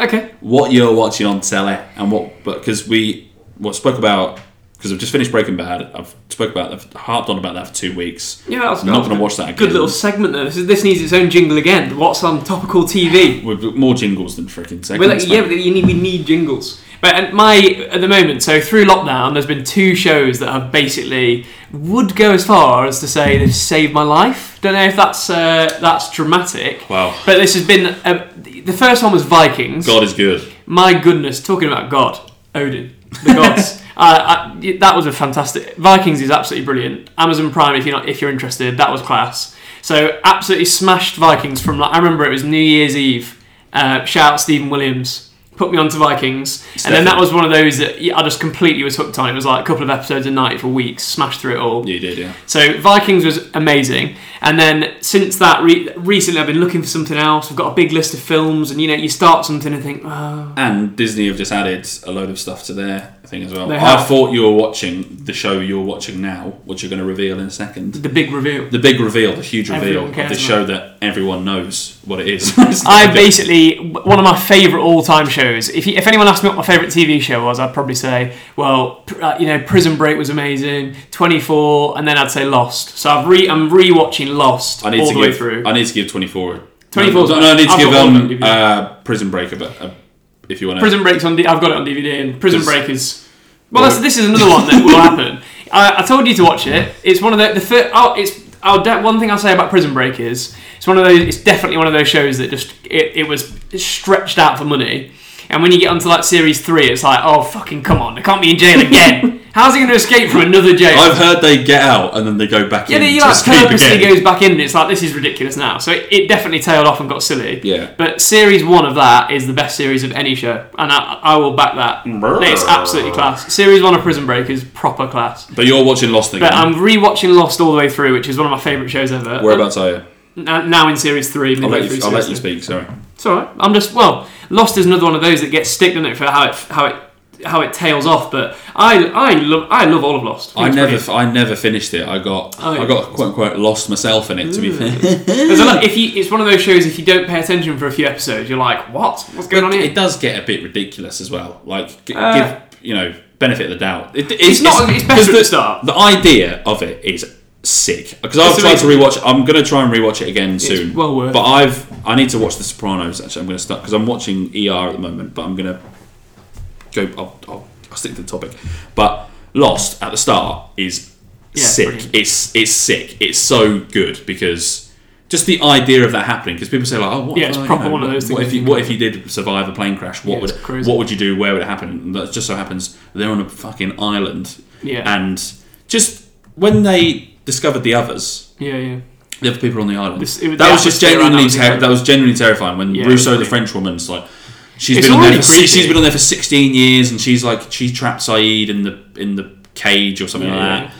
E: Okay.
D: what you're watching on telly and what but because we what spoke about because I've just finished Breaking Bad I've spoke about I've harped on about that for two weeks
E: Yeah, that's
D: I'm not going to watch that again
E: Good little segment though. This, is, this needs its own jingle again. What's on topical
D: [laughs]
E: TV?
D: with more jingles than freaking segments
E: We're like,
D: mate.
E: yeah, but you need, we need jingles. But at my at the moment, so through lockdown, there's been two shows that have basically would go as far as to say they've saved my life. Don't know if that's uh, that's dramatic.
D: Wow.
E: But this has been uh, the the first one was Vikings.
D: God is good
E: My goodness, talking about God, Odin, the gods. Uh, I, that was a fantastic. Vikings is absolutely brilliant. Amazon Prime, if you're not, if you're interested, that was class. So absolutely smashed Vikings from. Like, I remember it was New Year's Eve. Uh, shout out Stephen Williams. Put me onto Vikings, and then that was one of those that yeah, I just completely was hooked on. It was like a couple of episodes a night for weeks, smashed through it all.
D: you did yeah
E: So Vikings was amazing, and then since that, re- recently I've been looking for something else. I've got a big list of films, and you know, you start something and think, oh,
D: and Disney have just added a load of stuff to their thing as well
E: They
D: I
E: have.
D: thought you were watching the show you're watching now which you're going to reveal in a second
E: the big reveal.
D: the big reveal the huge reveal
E: Everyone
D: of
E: cares
D: the
E: about
D: show
E: it.
D: that everyone knows what it is [laughs] It's
E: I
D: like a-
E: basically one of my favourite all-time shows. If, you, if anyone asked me what my favourite TV show was, I'd probably say, well, pr- uh, you know, Prison Break was amazing, Twenty Four, and then I'd say Lost. So I've re- I'm rewatching Lost
D: I need
E: all
D: to
E: the
D: give,
E: way through.
D: I need to give 24.
E: 24 's
D: No, no, I need to
E: I've
D: give
E: got all of
D: um,
E: them.
D: uh, Prison Break a bit, uh, if you want to.
E: Prison Break's on. D- I've got it on DVD, and Prison
D: Because-
E: Break is. Well, that's, this is another one that will happen. I, I told you to watch it. It's one of the the fir- oh, it's. I'll de- one thing I'll say about Prison Break is it's one of those. It's definitely one of those shows that just it, it was stretched out for money. And when you get onto like series three, it's like, oh fucking come on! I can't be in jail again. How's he going to escape from another jail?
D: I've heard they get out and then they go back
E: Yeah,
D: in.
E: he
D: to
E: like
D: escape
E: purposely
D: again.
E: goes back in, and it's like this is ridiculous now. So it, it definitely tailed off and got silly.
D: Yeah.
E: But series one of that is the best series of any show, and I, I will back that. It's absolutely class. Series one of Prison Break is proper class.
D: But you're watching Lost again.
E: But I'm rewatching Lost all the way through, which is one of my favourite shows ever.
D: Whereabouts are you?
E: Now, now in series three.
D: I'll
E: midway
D: let
E: through
D: you, I'll let
E: series
D: you
E: three.
D: speak, sorry.
E: It's all right. I'm just well, Lost is another one of those that gets sticked on it for how it how it how it tails off. But I I love I love all of Lost. think
D: I
E: it's
D: never,
E: brilliant.
D: I never finished it. I got,
E: Oh, yeah. Mm.
D: I got quote unquote lost myself in it. To be fair, [laughs]
E: There's a
D: Hmm.
E: lot, if you, it's one of those shows. If you don't pay attention for a few episodes, you're like, "What? What's going on
D: it
E: here?"
D: does get a bit ridiculous as well. Like, g-
E: Uh,
D: give you know benefit of the doubt. It-
E: It's not. It's better at the start.
D: The idea of it is sick because I've
E: It's
D: tried to
E: amazing.
D: rewatch. I'm gonna try and rewatch it again soon.
E: well worth
D: But I've I need to watch The Sopranos. Actually, I'm gonna start because I'm watching ER at the moment. But I'm gonna go. I'll, I'll, I'll stick to the topic. But Lost at the start is
E: Yeah,
D: sick.
E: brilliant.
D: It's it's sick. It's so good because. Just the idea of that happening, because people say like, "Oh, what if,
E: Yeah, it's
D: uh, you
E: proper
D: know,
E: one of those
D: What
E: things
D: if you,
E: you
D: what if you did survive a plane crash? What
E: Yeah,
D: would
E: it's crazy.
D: what would you do? Where would it happen?" And that just so happens they're on a fucking island,
E: Yeah.
D: and just when they discovered the others,
E: Yeah, yeah.
D: the other people on the island,
E: This- it was-
D: that
E: the
D: was just
E: atmosphere around that
D: genuinely
E: was
D: ter-
E: incredible.
D: that was genuinely terrifying. When
E: Yeah, it was
D: Russo, the
E: brilliant.
D: French woman's like, she's
E: It's
D: been on there.
E: already
D: For, si- she's
E: creepy.
D: been on there for sixteen years, and she's like she trapped Saeed in the in the cage or something
E: Yeah,
D: like that.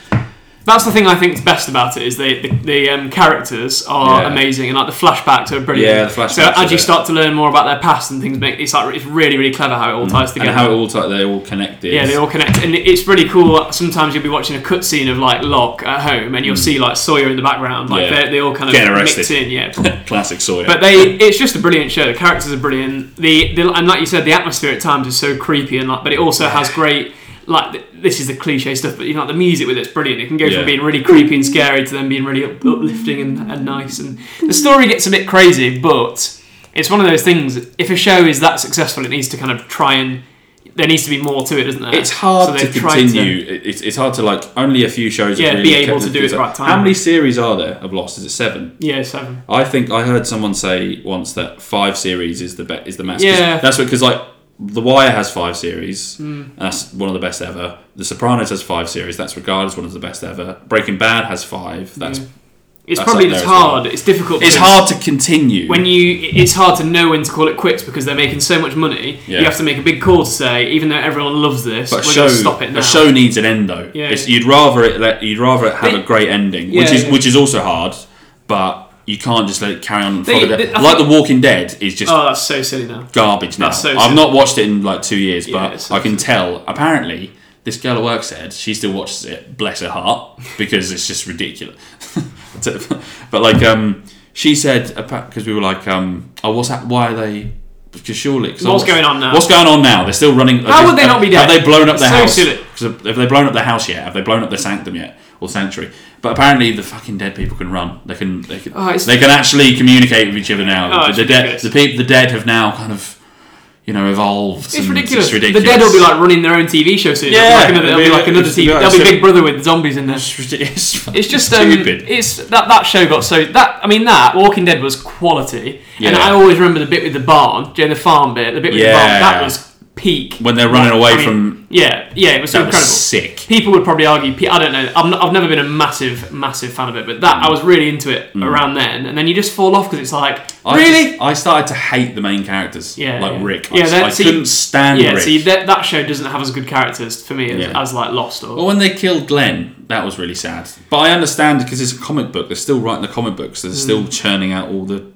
E: That's the thing I think's best about it is the the, the um, characters are
D: Yeah.
E: amazing and like the flashbacks are brilliant.
D: Yeah, the flashbacks
E: So
D: are
E: as you
D: good.
E: start to learn more about their past and things, make it's like it's really really clever how it all ties together.
D: Hmm. And how it all like, they all connected.
E: yeah, they all connect, and it's really cool. Sometimes you'll be watching a cutscene of like Locke at home, and you'll see like Sawyer in the background. Like
D: Hmm. Yeah.
E: they they all kind of
D: Getting
E: mix
D: arrested.
E: in. Yeah,
D: [laughs] classic Sawyer.
E: But they, it's just a brilliant show. The characters are brilliant. The, the and like you said, the atmosphere at times is so creepy and like, but it also has great like th- this is the cliche stuff, but you know like, the music with it's brilliant. It can go
D: Yeah.
E: from being really creepy and scary to then being really up- uplifting and, and nice. And the story gets a bit crazy, but it's one of those things. If a show is that successful, it needs to kind of try and there needs to be more to it, doesn't there?
D: It's hard
E: So
D: to
E: they've tried
D: continue. It- it's, it's hard to like only a few shows. have
E: Yeah,
D: really
E: be able
D: kept
E: to do
D: things
E: it at the
D: up.
E: right time.
D: How many series are there of Lost? Is it seven?
E: yeah, seven.
D: I think I heard someone say once that five series is the be- is the max. 'Cause
E: Yeah. Hmm.
D: that's what because like The Wire has five series. That's one of the best ever. The Sopranos has five series. That's regarded as one of the best ever. Breaking Bad has five. That's
E: It's
D: That's
E: probably
D: up there
E: just
D: as well.
E: hard. It's difficult.
D: it's
E: because-
D: hard to continue
E: when you it's hard to know when to call it quits because they're making so much money
D: Yeah.
E: you have to make a big call to say even though everyone loves this
D: But a
E: we're
D: show,
E: going to stop it now
D: a show needs an end though.
E: Yeah,
D: It's-
E: yeah.
D: You'd rather it let, you'd rather it have
E: They-
D: a great ending, which
E: Yeah,
D: is
E: yeah.
D: which is also hard, but you can't just let it carry on. And
E: They-
D: follow that.
E: they- I
D: like
E: think-
D: The Walking Dead is just
E: oh that's so silly now
D: garbage now.
E: That's so
D: I've
E: sad.
D: not watched it in like two years,
E: Yeah,
D: but
E: it's so
D: I can tell. Apparently, this girl at work said she still watches it. Bless her
E: [laughs]
D: heart, because it's just ridiculous. [laughs] but like, um, she said because we were like, um, oh, what's that? Why are they? Because surely, 'cause I
E: What's
D: watched-
E: going on now?
D: What's going on now? They're still running.
E: How would they not be
D: Have
E: dead?
D: they blown up their
E: So
D: house?
E: silly.
D: 'Cause have they blown up their house yet? Have they blown up their sanctum yet? Or sanctuary? But apparently, the fucking dead people can run. They can. They can.
E: Oh, it's-
D: they can actually communicate with each other now.
E: Oh,
D: the,
E: it's
D: the dead.
E: ridiculous.
D: The people. The dead have now kind of you know, evolved.
E: it's
D: and
E: ridiculous.
D: It's ridiculous.
E: the dead will be like running their own TV show soon
D: Yeah,
E: like
D: it'll
E: another, it'll be
D: be
E: like
D: like-
E: another
D: it's the
E: TV
D: guy
E: there'll be
D: who
E: Big Brother with zombies in
D: [laughs]
E: there
D: It's, ridi- it's,
E: [laughs] it's just um,
D: stupid.
E: It's that that show got so that I mean that Walking Dead was quality, and
D: Yeah.
E: I always remember the bit with the barn, you know, the farm bit, the bit with the
D: Yeah.
E: barn. That was peak.
D: When they're running away from-
E: yeah, yeah, it was
D: that was
E: incredible.
D: sick.
E: People would probably argue. pe- I don't know. I'm not, I've never been a massive, massive fan of it, but
D: Mm.
E: that I was really into it around then, and then you just fall off because it's like
D: I
E: really.
D: just- I started to hate the main characters.
E: Yeah,
D: Like
E: yeah.
D: Rick.
E: Yeah,
D: I,
E: that-
D: I
E: see-
D: couldn't stand
E: yeah,
D: Rick.
E: see that, that show doesn't have as good characters for me as,
D: Yeah.
E: as like Lost or
D: well, when they killed Glenn, that was really sad. But I understand because it's a comic book. They're still writing the comic books.
E: Hmm.
D: They're still churning out all the.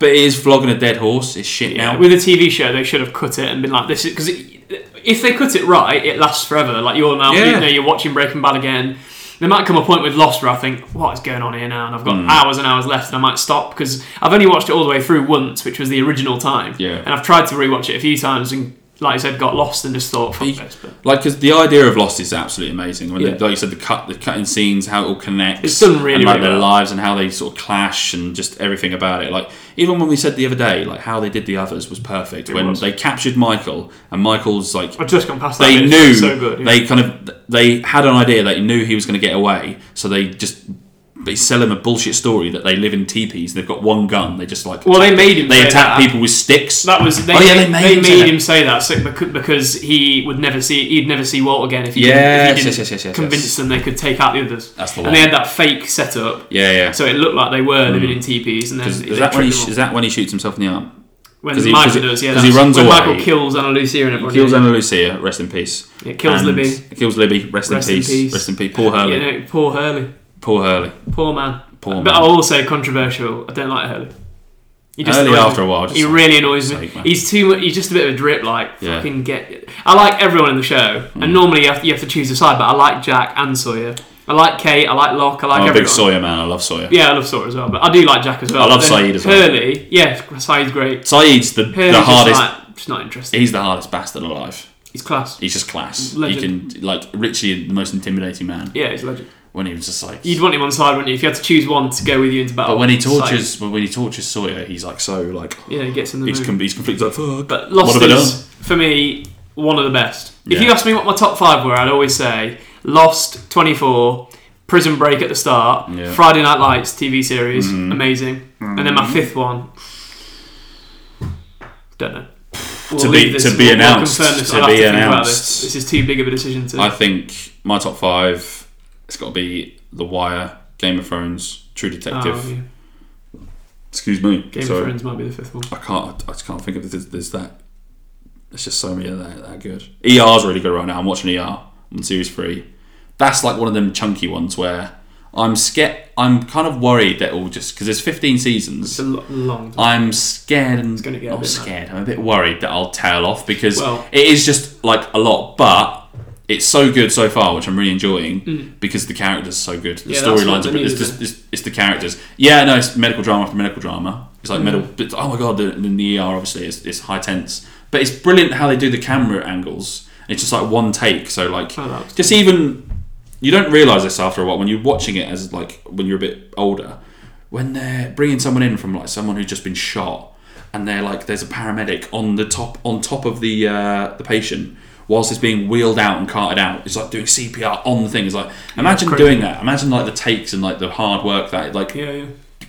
D: But it is flogging a dead horse. It's shit
E: Yeah,
D: now.
E: with a TV show, they should have cut it and been like, "This is because if they cut it right, it lasts forever." Like you're now,
D: Yeah.
E: you know, you're watching Breaking Bad again. There might come a point with Lost where I think, "What is going on here now?" And I've
D: Hmm.
E: got hours and hours left, and I might stop because I've only watched it all the way through once, which was the original time.
D: Yeah.
E: and I've tried to rewatch it a few times, and like I said, got lost and just thought, "Fuck this." But
D: Like, because the idea of Lost is absolutely amazing. When they,
E: Yeah.
D: like you said, the cut, the cutting scenes, how it all connects.
E: It's done really,
D: and, like
E: really
D: their
E: well.
D: lives and how they sort of clash and just everything about it. Like even when we said the other day, like how they did the others was perfect. when
E: was.
D: they captured Michael and Michael's like
E: I've just gone past that.
D: they
E: bit, it's
D: knew
E: so good. yeah.
D: they kind of they had an idea they knew he was going to get away so they just they sell him a bullshit story that they live in teepees and they've got one gun they just like
E: well, they made him.
D: they
E: say
D: attack
E: that.
D: people with sticks
E: That was they,
D: oh yeah they
E: made,
D: made,
E: they
D: him,
E: made
D: say that.
E: him say that so, becau- because he would never see he'd never see Walt again if he
D: Yes,
E: didn't, if he didn't
D: yes, yes, yes, yes,
E: convince
D: yes.
E: them they could take out the others.
D: That's the
E: and
D: one.
E: they had that fake setup,
D: yeah yeah
E: so it looked like they were living in teepees. And then
D: is,
E: they
D: is that when he,
E: tricked
D: sh-
E: them
D: is that when he shoots himself in the arm
E: all. when
D: 'cause he-
E: Michael
D: 'cause he-
E: does, yeah,
D: 'cause he
E: that's
D: runs
E: when
D: away.
E: Michael kills Anna Lucia and everyone.
D: kills
E: yeah.
D: Anna Lucia, rest in peace.
E: Yeah, kills
D: And-
E: Libby.
D: Kills Libby, rest,
E: Rest
D: in,
E: in
D: peace.
E: peace.
D: Rest in peace. Poor Hurley.
E: You know, poor Hurley,
D: Poor Hurley.
E: poor man.
D: Poor
E: but
D: man.
E: I'll also controversial. I don't like Hurley. He
D: Hurley
E: annoys me.
D: after a while just
E: he
D: like,
E: really annoys me.
D: sake, man.
E: he's too much. He's just a bit of a drip. Like
D: Yeah. Mm.
E: fucking get. I like everyone in the show, and normally you have, to, you have to choose a side. But I like Jack and Sawyer. I like Kate. I like Locke. I like
D: I'm a
E: everyone.
D: big Sawyer man. I love Sawyer.
E: Yeah, I love Sawyer as well, but I do like Jack as well.
D: I love
E: But
D: Saeed as well.
E: Hurley, yeah, Saeed's great.
D: Saeed's the,
E: Hurley's
D: the hardest.
E: Just, like, just not interesting.
D: he's the hardest bastard alive.
E: He's class.
D: He's just class.
E: Legend.
D: You can like Richie, the most intimidating man.
E: yeah, he's a legend.
D: When he was just like.
E: You'd want him on side, wouldn't you? If you had to choose one to go with you into battle.
D: but when he
E: Saeed.
D: tortures, but when he tortures Sawyer, he's like so like.
E: yeah, he gets in the
D: He's,
E: mood.
D: com- he's completely like. Fuck.
E: Mm-hmm. But Lost
D: What have I
E: is, for me, one of the best.
D: Yeah.
E: If you asked me what my top five were, I'd always say Lost, 24, Prison Break at the start,
D: Yeah. Mm-hmm.
E: Friday Night Lights TV series, amazing. And then my fifth one, don't know. We'll
D: To be-
E: leave
D: to be announced,
E: confirm this.
D: to
E: I'll
D: be
E: have to think about
D: announced.
E: this. This is too big of a decision to.
D: I think my top five. It's got to be The Wire, Game of Thrones, True
E: Oh,
D: Detective.
E: yeah.
D: Excuse me.
E: Game
D: Sorry.
E: of Thrones might be the fifth one.
D: I can't. I just can't think of there's, there's that. There's just so many of that that good. ER's really good right now. I'm watching ER on series three. That's like one of them chunky ones where I'm scared. I'm kind of worried that it will just because there's 15 seasons.
E: It's a lo- long time.
D: I'm scared and
E: gonna get a
D: not
E: bit mad.
D: scared. I'm a bit worried that I'll tail off because
E: Well-
D: it is just like a lot, but it's so good so far, which I'm really enjoying because the characters are so good. The
E: Mm. Yeah, that's
D: storylines
E: what
D: are
E: they
D: it's,
E: needed,
D: just, it's, it's the characters. Yeah, no, it's medical drama after medical drama. It's
E: Mm.
D: like medical. E It's, oh my god, the, the, the ER obviously is, is high tense, but it's brilliant how they do the camera angles. It's just like one take. So like,
E: Oh, that was-
D: just even you don't realize this after a while when you're watching it as like when you're a bit older. When they're bringing someone in from like someone who's just been shot, and they're like, there's a paramedic on the top on top of the uh, the patient whilst it's being wheeled out and carted out. It's like doing CPR on the thing. It's like imagine
E: crazy.
D: doing that. Imagine like the takes and like the hard work that like
E: Yeah, yeah.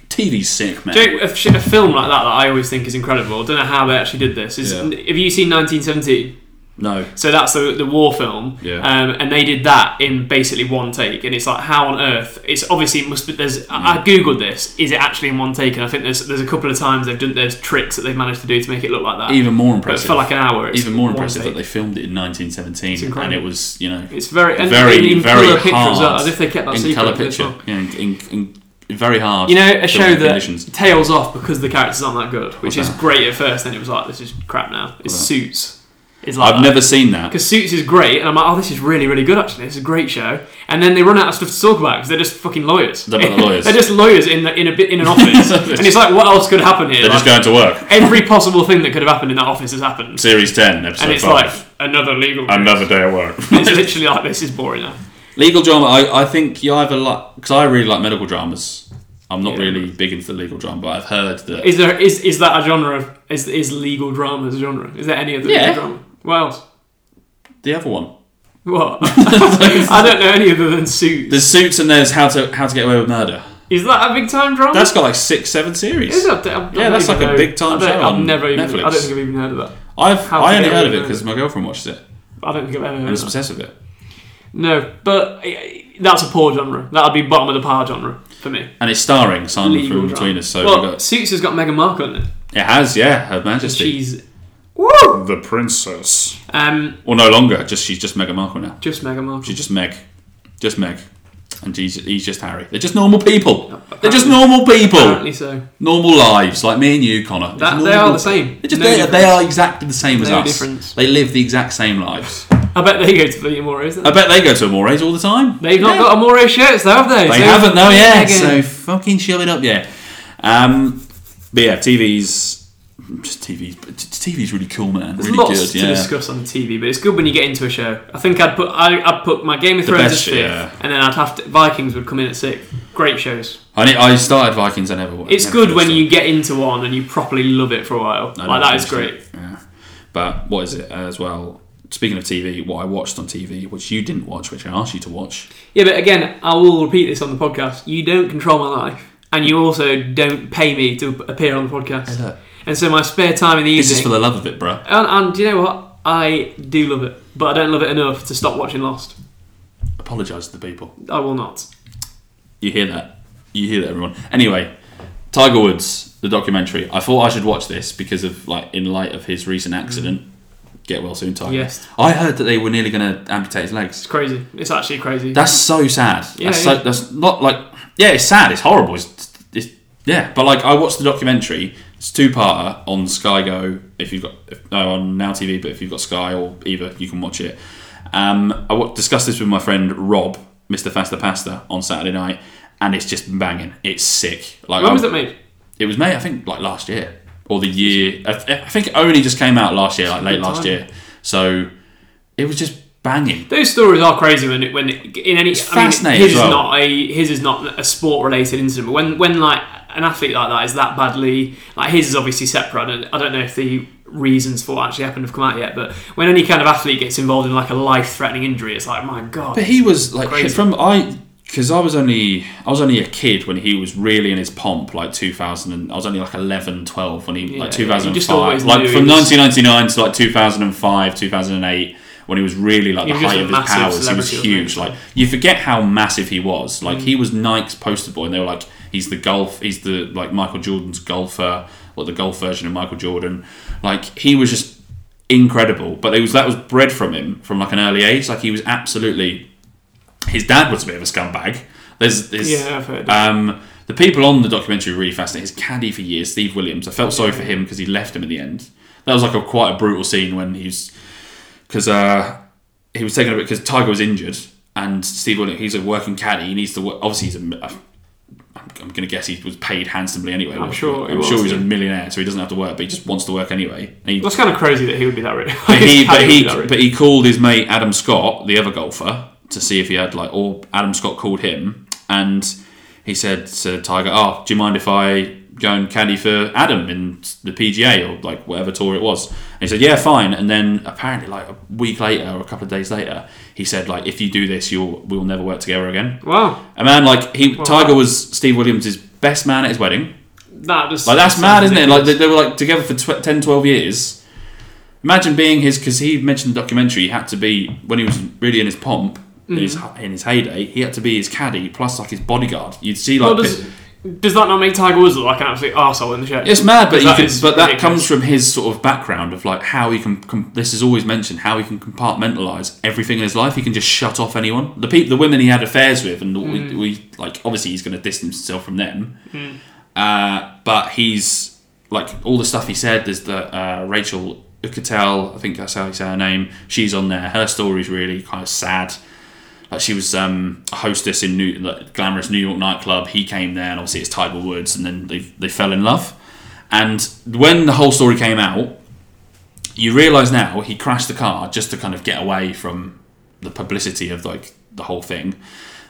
D: TV's sick man.
E: Do you know, a, sh- a film like that that I always think is incredible. Don't know how they actually did this. Is
D: Yeah.
E: have you seen 1917?
D: no,
E: So that's the, the war film,
D: Yeah.
E: um, and they did that in basically one take. And it's like, how on earth? It's obviously it must be. There's I, I
D: Mm.
E: googled this. Is it actually in one take? And I think there's there's a couple of times they've done there's tricks that they've managed to do to make it look like that.
D: even more
E: but
D: impressive.
E: for like an hour, it's
D: even more
E: one
D: impressive that
E: take.
D: they filmed it in 1917 and
E: incredible.
D: it was you know
E: It's very and
D: very
E: in, in
D: very
E: colour
D: hard
E: picture as well, as if they kept that
D: in
E: secret
D: color
E: as
D: picture
E: well.
D: yeah, in, in, in very hard
E: You know, a show
D: filming
E: that
D: conditions.
E: tails off because the characters aren't that good, which is
D: that?
E: great at first. Then it was like, this is crap now. It's
D: What's that?
E: Suits. It's like
D: I've never seen that
E: because Suits is great, and I'm like, oh, this is really, really good. Actually, it's a great show. And then they run out of stuff to talk about because they're just fucking lawyers.
D: They're
E: [laughs]
D: not lawyers.
E: they're just lawyers in the, in a bit
D: [laughs]
E: in an office, and it's like, what else could happen here?
D: they're
E: Like,
D: just going to work
E: every possible thing that could have happened in that office has happened,
D: series 10 episode
E: and it's
D: 5
E: like another legal. case.
D: another day at work
E: [laughs] It's literally like this is boring now.
D: [laughs] legal drama I, I think you either like because I really like medical dramas I'm not
E: Yeah.
D: really big into the legal drama but I've heard that
E: Is there is is that a genre? Of, is is legal drama a genre? Is there any other
D: Yeah.
E: legal drama? What else?
D: the other one [laughs]
E: What? I don't know any other than Suits.
D: there's Suits and there's How to How to Get Away with Murder
E: Is that a big time drama?
D: that's got like 6 7 series
E: Is that- I don't
D: Yeah, that's
E: even
D: like a
E: know.
D: big time
E: I don't-
D: show
E: I've
D: on
E: never even. I
D: Netflix.
E: don't think I've even heard of that.
D: I've,
E: How to
D: I only
E: Get Away
D: heard of it
E: with Oh.
D: because my girlfriend watched it
E: I don't think I've ever
D: and
E: heard
D: was
E: of that.
D: obsessed with it
E: No, but eh, that's a poor genre. That'd be bottom of the pile genre for me.
D: and it's starring Simon
E: Legal
D: from
E: drama.
D: Between Us so
E: well,
D: we've got,
E: Suits has got Meghan Markle in it.
D: it has yeah Her Majesty
E: She's woo.
D: The princess.
E: Um,
D: Well, no longer. Just she's just Meghan Markle now.
E: just Meghan Markle.
D: She's just Meg, just Meg, and he's, he's just Harry. They're just normal people. They're just normal people.
E: Apparently so.
D: Normal lives, like me and you, Connor. Just
E: That, they
D: normal
E: are the
D: people.
E: same.
D: They're just,
E: No
D: they,
E: difference.
D: they are exactly the same as
E: No
D: us.
E: difference.
D: They live the exact same lives.
E: I bet they go to the Amores.
D: I bet they go to Amores all the time.
E: They've not
D: Uh, Yeah.
E: got Amore shirts though, have they?
D: They
E: So-
D: haven't though, yeah.
E: Meghan.
D: So fucking shove it up, yeah. Um, but yeah, TV's just TV's but t- TV's really cool, man.
E: There's
D: really
E: lots
D: good, yeah.
E: to discuss on TV, but it's good when you get into a show. I think I'd put I, I'd put my Game of Thrones
D: best
E: as
D: shit,
E: fifth,
D: yeah.
E: and then I'd have to Vikings would come in at sixth. Great shows.
D: I, ne- I started Vikings. I never.
E: It's
D: never
E: good
D: finished
E: when
D: it.
E: you get into one and you properly love it for a while.
D: I
E: like
D: don't
E: that is
D: finish
E: great.
D: it. Yeah. But what is it uh, as well? Speaking of TV, what I watched on TV, which you didn't watch, which I asked you to watch.
E: Yeah, but again, I will repeat this on the podcast. You don't control my life, and you also don't pay me to appear on the podcast.
D: look.
E: and so my spare time in the
D: This is
E: evening,
D: for the love of it, bruh.
E: and, and do you know what? I do love it, but I don't love it enough to stop watching Lost.
D: Apologise to the people.
E: I will not.
D: You hear that? You hear that, everyone. Anyway, Tiger Woods, the documentary. I thought I should watch this because of like in light of his recent accident. Get well soon, Tiger.
E: Mm. Yes.
D: I heard that they were nearly going to amputate his legs.
E: It's crazy. It's actually crazy.
D: That's so sad.
E: Yeah,
D: that's, So,
E: yeah.
D: that's not like yeah, it's sad. It's horrible. It's, it's yeah, but like I watched the documentary. It's two parter on Sky Go if you've got if, no on Now TV, but if you've got Sky or either, you can watch it. Um, I w- discussed this with my friend Rob, Mr. Faster Pasta, on Saturday night, and it's just banging. It's sick. Like
E: when
D: I-
E: was it made?
D: it was May, I think, like last year or the year. I, th- I think it only just came out last year, like late
E: Good
D: last
E: timing.
D: year. So it was just banging.
E: Those stories are crazy when when in any I mean,
D: fascinating
E: his
D: as well.
E: is not a his is not a sport related incident, but when when like an athlete like that is that badly like his is obviously separate. I don't, I don't know if the reasons for what actually happened have come out yet, but when any kind of athlete gets involved in like a life threatening injury, it's like my god.
D: But he was like
E: Crazy.
D: from I because I was only I was only a kid when he was really in his pomp like 2000 and I was only like 11 12 when he
E: Yeah,
D: like
E: you just
D: 2005
E: always
D: like
E: knew
D: from
E: he was-
D: 1999 to like 2005 2008 when he was really like
E: He
D: the
E: was just
D: height
E: a
D: of his
E: massive
D: powers he was
E: celebrity, wasn't
D: huge
E: he? Mm.
D: like you forget how massive he was like he was Nike's poster boy and they were like he's the golf he's the like Michael Jordan's golfer like the golf version of Michael Jordan like he was just incredible but it was that was bred from him from like an early age like he was absolutely his dad was a bit of a scumbag. There's, there's
E: Yeah, I've heard.
D: Um, the people on the documentary were really fascinating. His caddy for years, Steve Williams. I felt sorry for him because he left him at the end. That was like a quite a brutal scene when he was because uh, he was taken a bit because Tiger was injured and Steve Williams. He's a working caddy. He needs to work. Obviously, he's a, I'm, I'm going to guess he was paid handsomely anyway. wasn't he?
E: sure he
D: I'm sure
E: was,
D: he's a
E: yeah.
D: millionaire, so he doesn't have to work, but he just wants to work anyway. And he,
E: That's kind of crazy that he would be [laughs] that rich.
D: but he,
E: How
D: but
E: would
D: he,
E: be that rich.
D: but he called his mate Adam Scott, the other golfer, to see if he had like, or Adam Scott called him, and he said to Tiger, "Oh, do you mind if I go and caddy for Adam in the PGA or like whatever tour it was?" And he said, "Yeah, fine." And then apparently, like a week later or a couple of days later, he said, "Like, if you do this, you'll we'll never work together again."
E: wow,
D: A man like he, Tiger was Steve Williams' best man at his wedding.
E: that just
D: Like that's
E: sounds
D: mad, isn't it? Like
E: ridiculous.
D: they, they were like together for tw- 10, 12 years. Imagine being his because he mentioned in the documentary he had to be when he was really in his pomp, in,
E: Mm.
D: his, in his heyday. He had to be his caddy plus like his bodyguard. You'd see like
E: Well, does,
D: this-
E: does that not make Tiger Woods look like an absolute arsehole in the show?
D: it's mad, but you
E: that
D: can,
E: is
D: but that
E: ridiculous.
D: comes from his sort of background of like how he can. Com- this is always mentioned how he can compartmentalize everything in his life. He can just shut off anyone. The people, the women he had affairs with, and
E: Hmm.
D: we, we like obviously he's going to distance himself from them. Uh, but he's like all the stuff he said. There's the uh, Rachel Ucatel, I think that's how you say her name. She's on there. Her story's really kind of sad. Like she was um, a hostess in New, like, glamorous New York nightclub. He came there, and obviously it's Tiger Woods, and then they they fell in love. And when the whole story came out, you realise now he crashed the car just to kind of get away from the publicity of like the whole thing,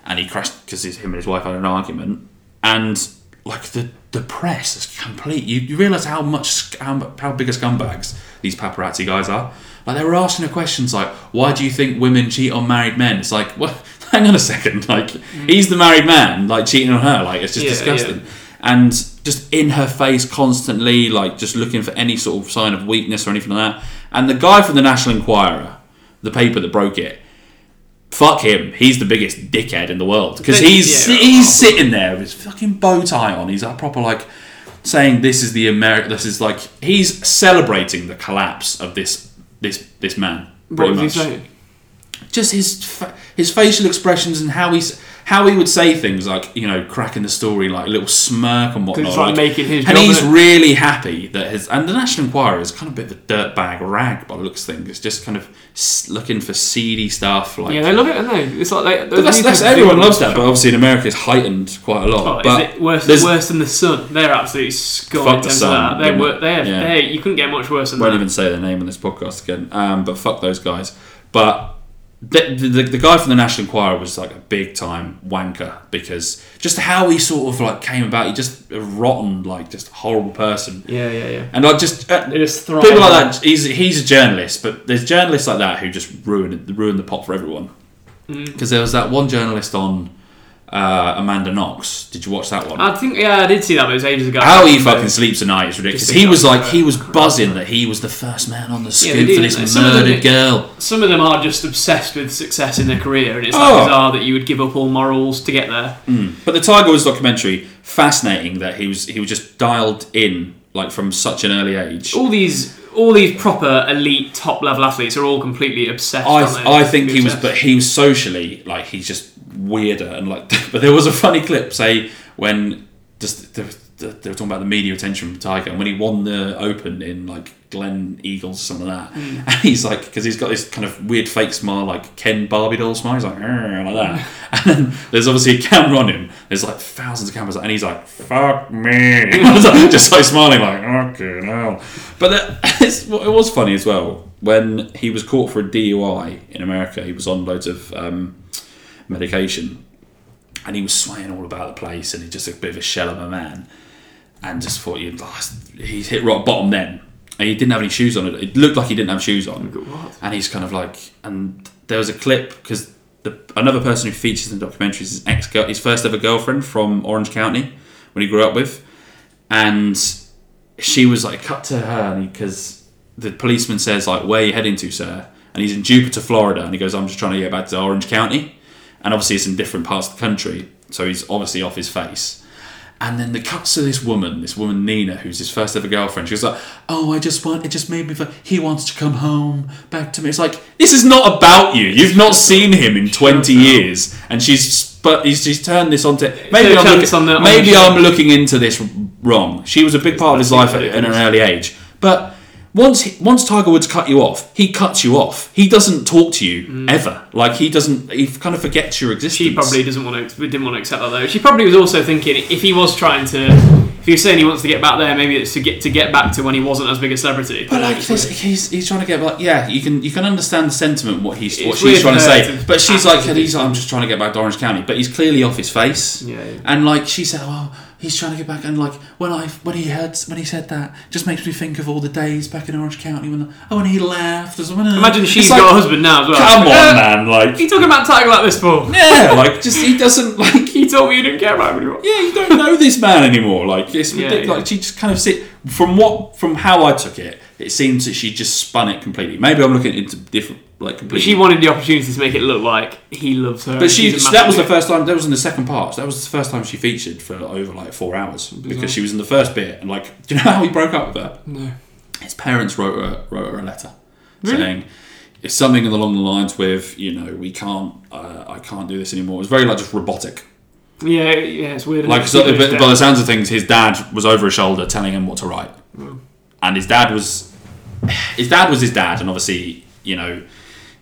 D: and he crashed because him and his wife had an argument, and like the the press is complete. You, you realise how much scum, how big a scumbags these paparazzi guys are. Like they were asking her questions like, "Why do you think women cheat on married men?" It's like, what? [laughs] Hang on a second. [laughs] Like he's the married man, like cheating on her. Like it's just
E: Mm. Yeah,
D: disgusting.
E: yeah.
D: And just in her face constantly, like just looking for any sort of sign of weakness or anything like that. And the guy from the National Enquirer, the paper that broke it, fuck him. He's the biggest dickhead in the world because
E: But-
D: he's
E: yeah.
D: he's sitting there with his fucking bow tie on. He's a proper like saying this is the America. This is like he's celebrating the collapse of this this this man.
E: What
D: pretty
E: was he
D: much.
E: saying?
D: Just his fa- his facial expressions and how he's. How he would say things like, you know, cracking the story, like a little smirk and whatnot.
E: it's like making his
D: and
E: job,
D: he's
E: isn't it?
D: really happy that his. And the National Enquirer is kind of a bit of a dirtbag rag by the looks of things. It's just kind of s- looking for seedy stuff. Like,
E: Yeah, they love it, don't they? It's like they,
D: but that's, that's everyone loves that, but obviously in America it's heightened quite a lot.
E: Oh,
D: but
E: is it worse,
D: there's-
E: worse than the Sun? They're absolutely scum
D: Fuck
E: in
D: the
E: terms
D: Sun,
E: of that. They
D: didn't
E: were,
D: it?
E: they're,
D: Yeah.
E: they you couldn't get much worse than
D: won't
E: that.
D: even say their name on this podcast again. Um, but fuck those guys. But the, the, the guy from the National Enquirer was like a big time wanker because just how he sort of like came about, he just a rotten, like just horrible person.
E: Yeah, yeah, yeah.
D: And I just uh,
E: They just thrive
D: people
E: on-
D: like that. He's he's a journalist, but there's journalists like that who just ruin ruin the pot for everyone.
E: Mm.
D: Because there was that one journalist on uh, Amanda Knox. Did you watch that one?
E: I think, yeah, I did see that, but it was ages ago.
D: How he fucking sleeps at night is ridiculous.
E: Just
D: He
E: think
D: was
E: that's
D: like, he was buzzing that he was the first man on the
E: Yeah,
D: scoop
E: they
D: for
E: do, don't they?
D: this
E: Some of them
D: murdered
E: do.
D: girl.
E: Some of them are just obsessed with success in their career, and it's
D: Oh.
E: like bizarre that you would give up all morals to get there.
D: But the Tiger Woods documentary, fascinating that he was he was just dialed in like from such an early age.
E: All these, all these proper elite, top level athletes are all completely obsessed. aren't they?
D: I, I think he was,
E: Obsessed.
D: but he was socially like he's just weirder and like. [laughs] But there was a funny clip, say when just they, they were talking about the media attention from Tiger, and when he won the Open in like Glen Eagles, something like that, [laughs] and he's like because he's got this kind of weird fake smile, like Ken Barbie doll smile, he's like "Arr," like that, [laughs] and then there's obviously a camera on him. There's like thousands of cameras, and he's like "fuck me," [laughs] just like smiling, like "okay now." But that, [laughs] it's, it was funny as well when he was caught for a DUI in America, he was on loads of um, medication, and he was swaying all about the place, and he's just a bit of a shell of a man, and just thought he he's hit rock bottom then, and he didn't have any shoes on. It looked like he didn't have shoes on, and he's kind of like, and there was a clip because the another person who features in the documentary is his ex girl, his first ever girlfriend from Orange County, when he grew up with, and she was like cut to her because the policeman says like where are you heading to sir and he's in jupiter florida and he goes i'm just trying to get back to orange county and obviously it's in different parts of the country so he's obviously off his face and then the cuts to this woman this woman nina who's his first ever girlfriend she was like oh i just want it just made me feel he wants to come home back to me it's like this is not about you you've not seen him in 20 years and she's but he's, she's turned this onto maybe,
E: a
D: I'm
E: chance
D: looking,
E: on the- on
D: maybe
E: the-
D: I'm looking into this wrong. She was a big part of his life at, at an early age, but once he- once Tiger Woods cut you off, he cuts you off. He doesn't talk to you ever. Like he doesn't. He kind of forgets your existence.
E: She probably doesn't want to. Didn't want to accept that though. She probably was also thinking if he was trying to, if he was saying he wants to get back there, maybe it's to get to get back to when he wasn't as big a celebrity.
D: But like this, he's, he's trying to get like yeah you can you can understand the sentiment what he's what
E: It's weird
D: she's trying to
E: for her
D: say
E: to
D: but she's
E: act
D: like
E: as if
D: he's
E: he's-
D: like, I'm just trying to get back to Orange County but he's clearly off his face
E: Yeah, yeah.
D: and like she said oh he's trying to get back and like when I when he heard when he said that just makes me think of all the days back in Orange County when oh and he laughed
E: Imagine she's
D: she's
E: got a husband now as well. [laughs]
D: come on
E: Uh,
D: man
E: What are
D: like
E: you talking about Tiger like this for?
D: [laughs] yeah like just he doesn't [laughs] like
E: You told me you didn't care about him anymore.
D: yeah, you don't know this man anymore. Like it's
E: Yeah,
D: ridiculous.
E: yeah.
D: Like she just kind of sit from what from how I took it, it seems that she just spun it completely. Maybe I'm looking into different like completely.
E: She wanted the opportunity to make it look like he loves her.
D: but she
E: she's a
D: that was the
E: massive-
D: first time. That was in the second part. So that was the first time she featured for over like four hours because she was in the first bit. And like, [laughs] do you know how he broke up with her?
E: No.
D: His parents wrote her wrote her a letter saying. It's something along the lines with, you know, we can't, uh, I can't do this anymore. It was very like just robotic.
E: Yeah, yeah, it's weird.
D: Like,
E: isn't
D: so,
E: it?
D: but, by the sounds of things, his dad was over his shoulder telling him what to write, and his dad was, his dad was his dad, and obviously, you know,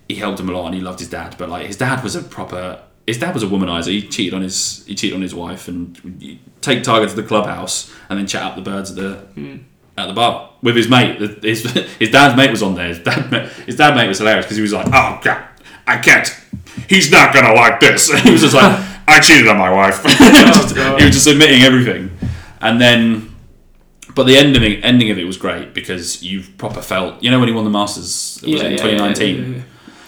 D: he helped him a lot and he loved his dad, but like his dad was a proper, his dad was a womanizer. He cheated on his, he cheated on his wife, and you take Tiger to the clubhouse and then chat out the birds at the.
E: Hmm.
D: At the bar with his mate, The- his, [laughs] his dad's mate was on there. His dad, ma- his dad mate was hilarious because he was like, "Oh God, I can't. He's not gonna like this." [laughs] And he was just like, "I cheated on my wife." [laughs] Just-
E: Oh, God.
D: he was just admitting everything, and then, but the ending ending of it was great because you've proper felt. You know when he won the Masters it was in 2019.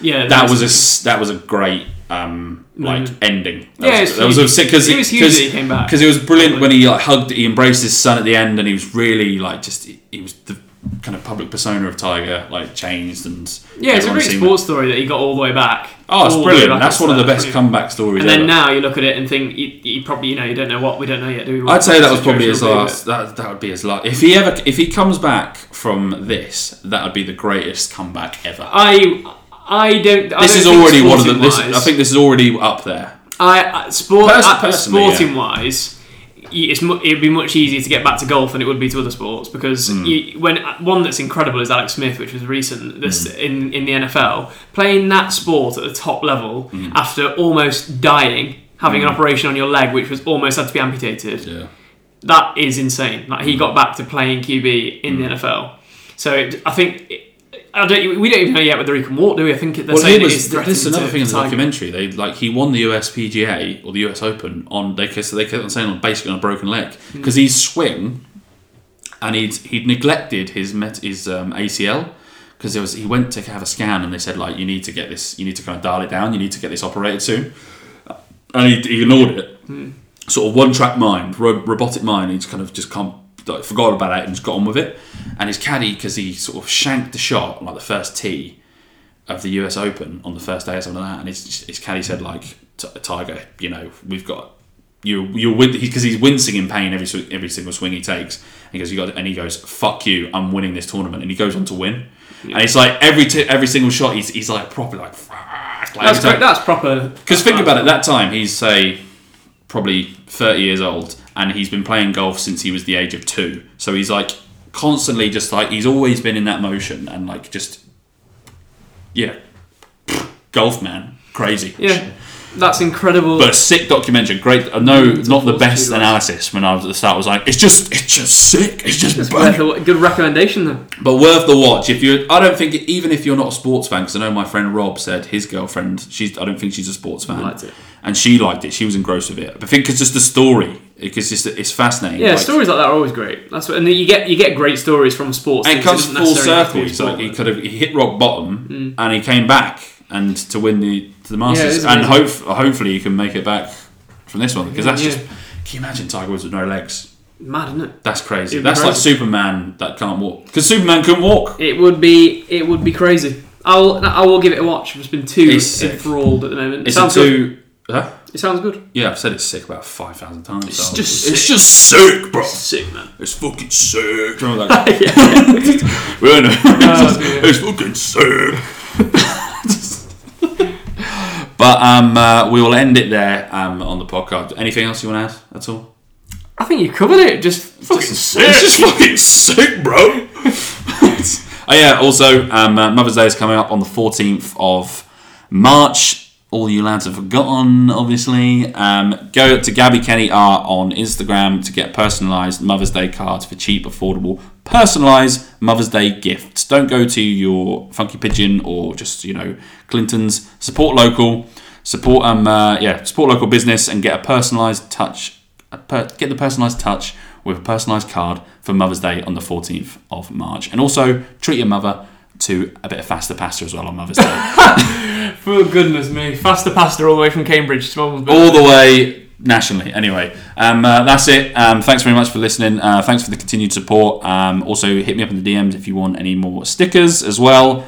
E: Yeah, yeah, yeah.
D: That was a s- that was a great um, like ending. That
E: Mm-hmm. Yeah,
D: was,
E: it's
D: that was a
E: huge.
D: sick because
E: It was huge that he came back.
D: because it was brilliant when he like, hugged, he embraced his son at the end, and he was really like just he, he was the kind of public persona of Tiger like changed and
E: yeah, it's a
D: everyone
E: great
D: seemed-
E: sports story that he got all the way back.
D: Oh, it's
E: All the way
D: brilliant!
E: back
D: That's
E: up
D: one of
E: to
D: the
E: that.
D: best
E: Brilliant.
D: comeback stories.
E: And then
D: ever.
E: now you look at it and think you, you probably you know you don't know what we don't know yet, do we?
D: I'd say that was
E: Situation
D: probably his
E: will be,
D: last. That that would be his last. If he ever, if he comes back from this, that would be the greatest comeback ever.
E: but I I don't. I
D: this
E: don't
D: is
E: think
D: already one of the. This,
E: sporting-wise-
D: I think this is already up there.
E: I, I sport
D: Pers-
E: uh,
D: personally,
E: sporting wise, y- it's mu- it'd be much easier to get back to golf than it would be to other sports because
D: Hmm.
E: you, when uh, one that's incredible is Alex Smith, which was recent this
D: Hmm.
E: in in the NFL playing that sport at the top level
D: Hmm.
E: after almost dying. Having an operation on your leg, which was almost had to be amputated,
D: Yeah.
E: that is insane. Like he
D: Mm.
E: got back to playing QB in the NFL. So it, I think I don't. We don't even know yet whether he can walk, do we? I think they're
D: Well, he
E: saying it
D: was.
E: is
D: This is
E: threatening
D: another
E: to
D: thing in the
E: Tiger.
D: documentary. They like he won the USPGA or the US Open on they kept, they kept on saying on basically on a broken leg
E: Hmm.
D: because he'd swing, and he'd he'd neglected his met his um, ACL because there was he went to have a scan and they said like you need to get this you need to kind of dial it down you need to get this operated soon, and he, he ignored it. Sort of one track mind, ro- robotic mind. He just kind of just can't. Like, forgot about it and just got on with it. And his caddy, because he sort of shanked the shot like the first tee, of the US Open on the first day or something like that, and his, his caddy said like, "T- "Tiger, you know, we've got you. You're with because he's wincing in pain every sw- every single swing he takes." And he goes, "You got," and he goes, "Fuck you, I'm winning this tournament," and he goes on to win. And it's like every t- every single shot, he's, he's like proper like. [laughs]
E: That's, great, that's proper.
D: Because think about it, that time he's say probably thirty years old, and he's been playing golf since he was the age of two. So he's like constantly just like he's always been in that motion and like just yeah, golf man, crazy.
E: Yeah, that's incredible.
D: But a sick documentary, great. I know not the
E: awesome
D: best
E: studio.
D: analysis when I was at the start. I was like, it's just, it's just sick. It's just,
E: Worth
D: bang.
E: a- good recommendation then.
D: But worth the watch if you. I don't think even if you're not a sports fan, because I know my friend Rob said his girlfriend. She's. I don't think she's a sports fan.
E: Liked it.
D: and she liked it. She was engrossed with it. But I think it's just the story. Because it's, it's fascinating.
E: Yeah,
D: like-
E: stories like that are always great. That's what, and you get you get great stories from sports.
D: And it
E: things.
D: comes
E: doesn't
D: full
E: necessarily have to
D: circle.
E: be
D: He's like he
E: sport. Mm.
D: could have he hit rock bottom, and he came back and to win the to the
E: it
D: Masters.
E: is
D: and hope,
E: amazing.
D: hopefully you can make it back from this one because that's
E: Yeah.
D: just. Can you imagine Tiger Woods with no legs?
E: mad, isn't it?
D: That's crazy.
E: It'd be
D: That's like
E: crazy.
D: Superman that can't walk because Superman couldn't walk.
E: It would be it would be crazy. I'll I will give it a watch. I've just been too
D: It's sick.
E: enthralled at the moment. It
D: It's a
E: sounds good.
D: two. Huh?
E: It sounds good.
D: Yeah, I've said it's sick about five thousand times.
E: It's
D: so-
E: just
D: it's
E: sick.
D: just sick, bro.
E: Sick man.
D: It's fucking sick. Remember that?
E: [laughs] yeah.
D: [laughs] We don't know.
E: that's good.
D: it's fucking sick. [laughs] but um, uh, we will end it there um, on the podcast. Anything else you want to add at all?
E: I think you covered it. Just fucking
D: It's just fucking sick, bro. [laughs] Oh yeah. Also, um, uh, Mother's Day is coming up on the 14th of March. All you lads have forgotten, obviously. Um, go to Gabby Kenny R on Instagram to get personalised Mother's Day cards for cheap, affordable, personalised Mother's Day gifts. Don't go to your Funky Pigeon or just you know Clinton's. Support local. Support um uh, yeah support local business and get a personalised touch. a per- get the personalised touch with a personalised card for Mother's Day on the 14th of March. And also treat your mother to a bit of faster pasta as well on Mother's Day.
E: For goodness me, faster pasta all the way from Cambridge to Mum's
D: all the way nationally. Anyway, um, uh, that's it. Um, thanks very much for listening. Uh, thanks for the continued support. Um, also, hit me up in the DMs if you want any more stickers as well.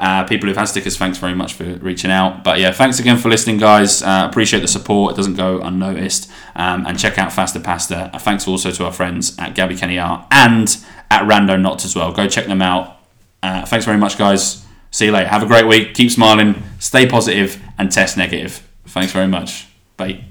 D: Uh, people who've had stickers, thanks very much for reaching out. But yeah, thanks again for listening, guys. Uh, appreciate the support. It doesn't go unnoticed. Um, and check out Faster Pasta. Uh, thanks also to our friends at Gabby Kenny Art and at Rando Knots as well. Go check them out. Uh, thanks very much, guys. See you later. Have a great week. Keep smiling, stay positive, and test negative. Thanks very much. Bye.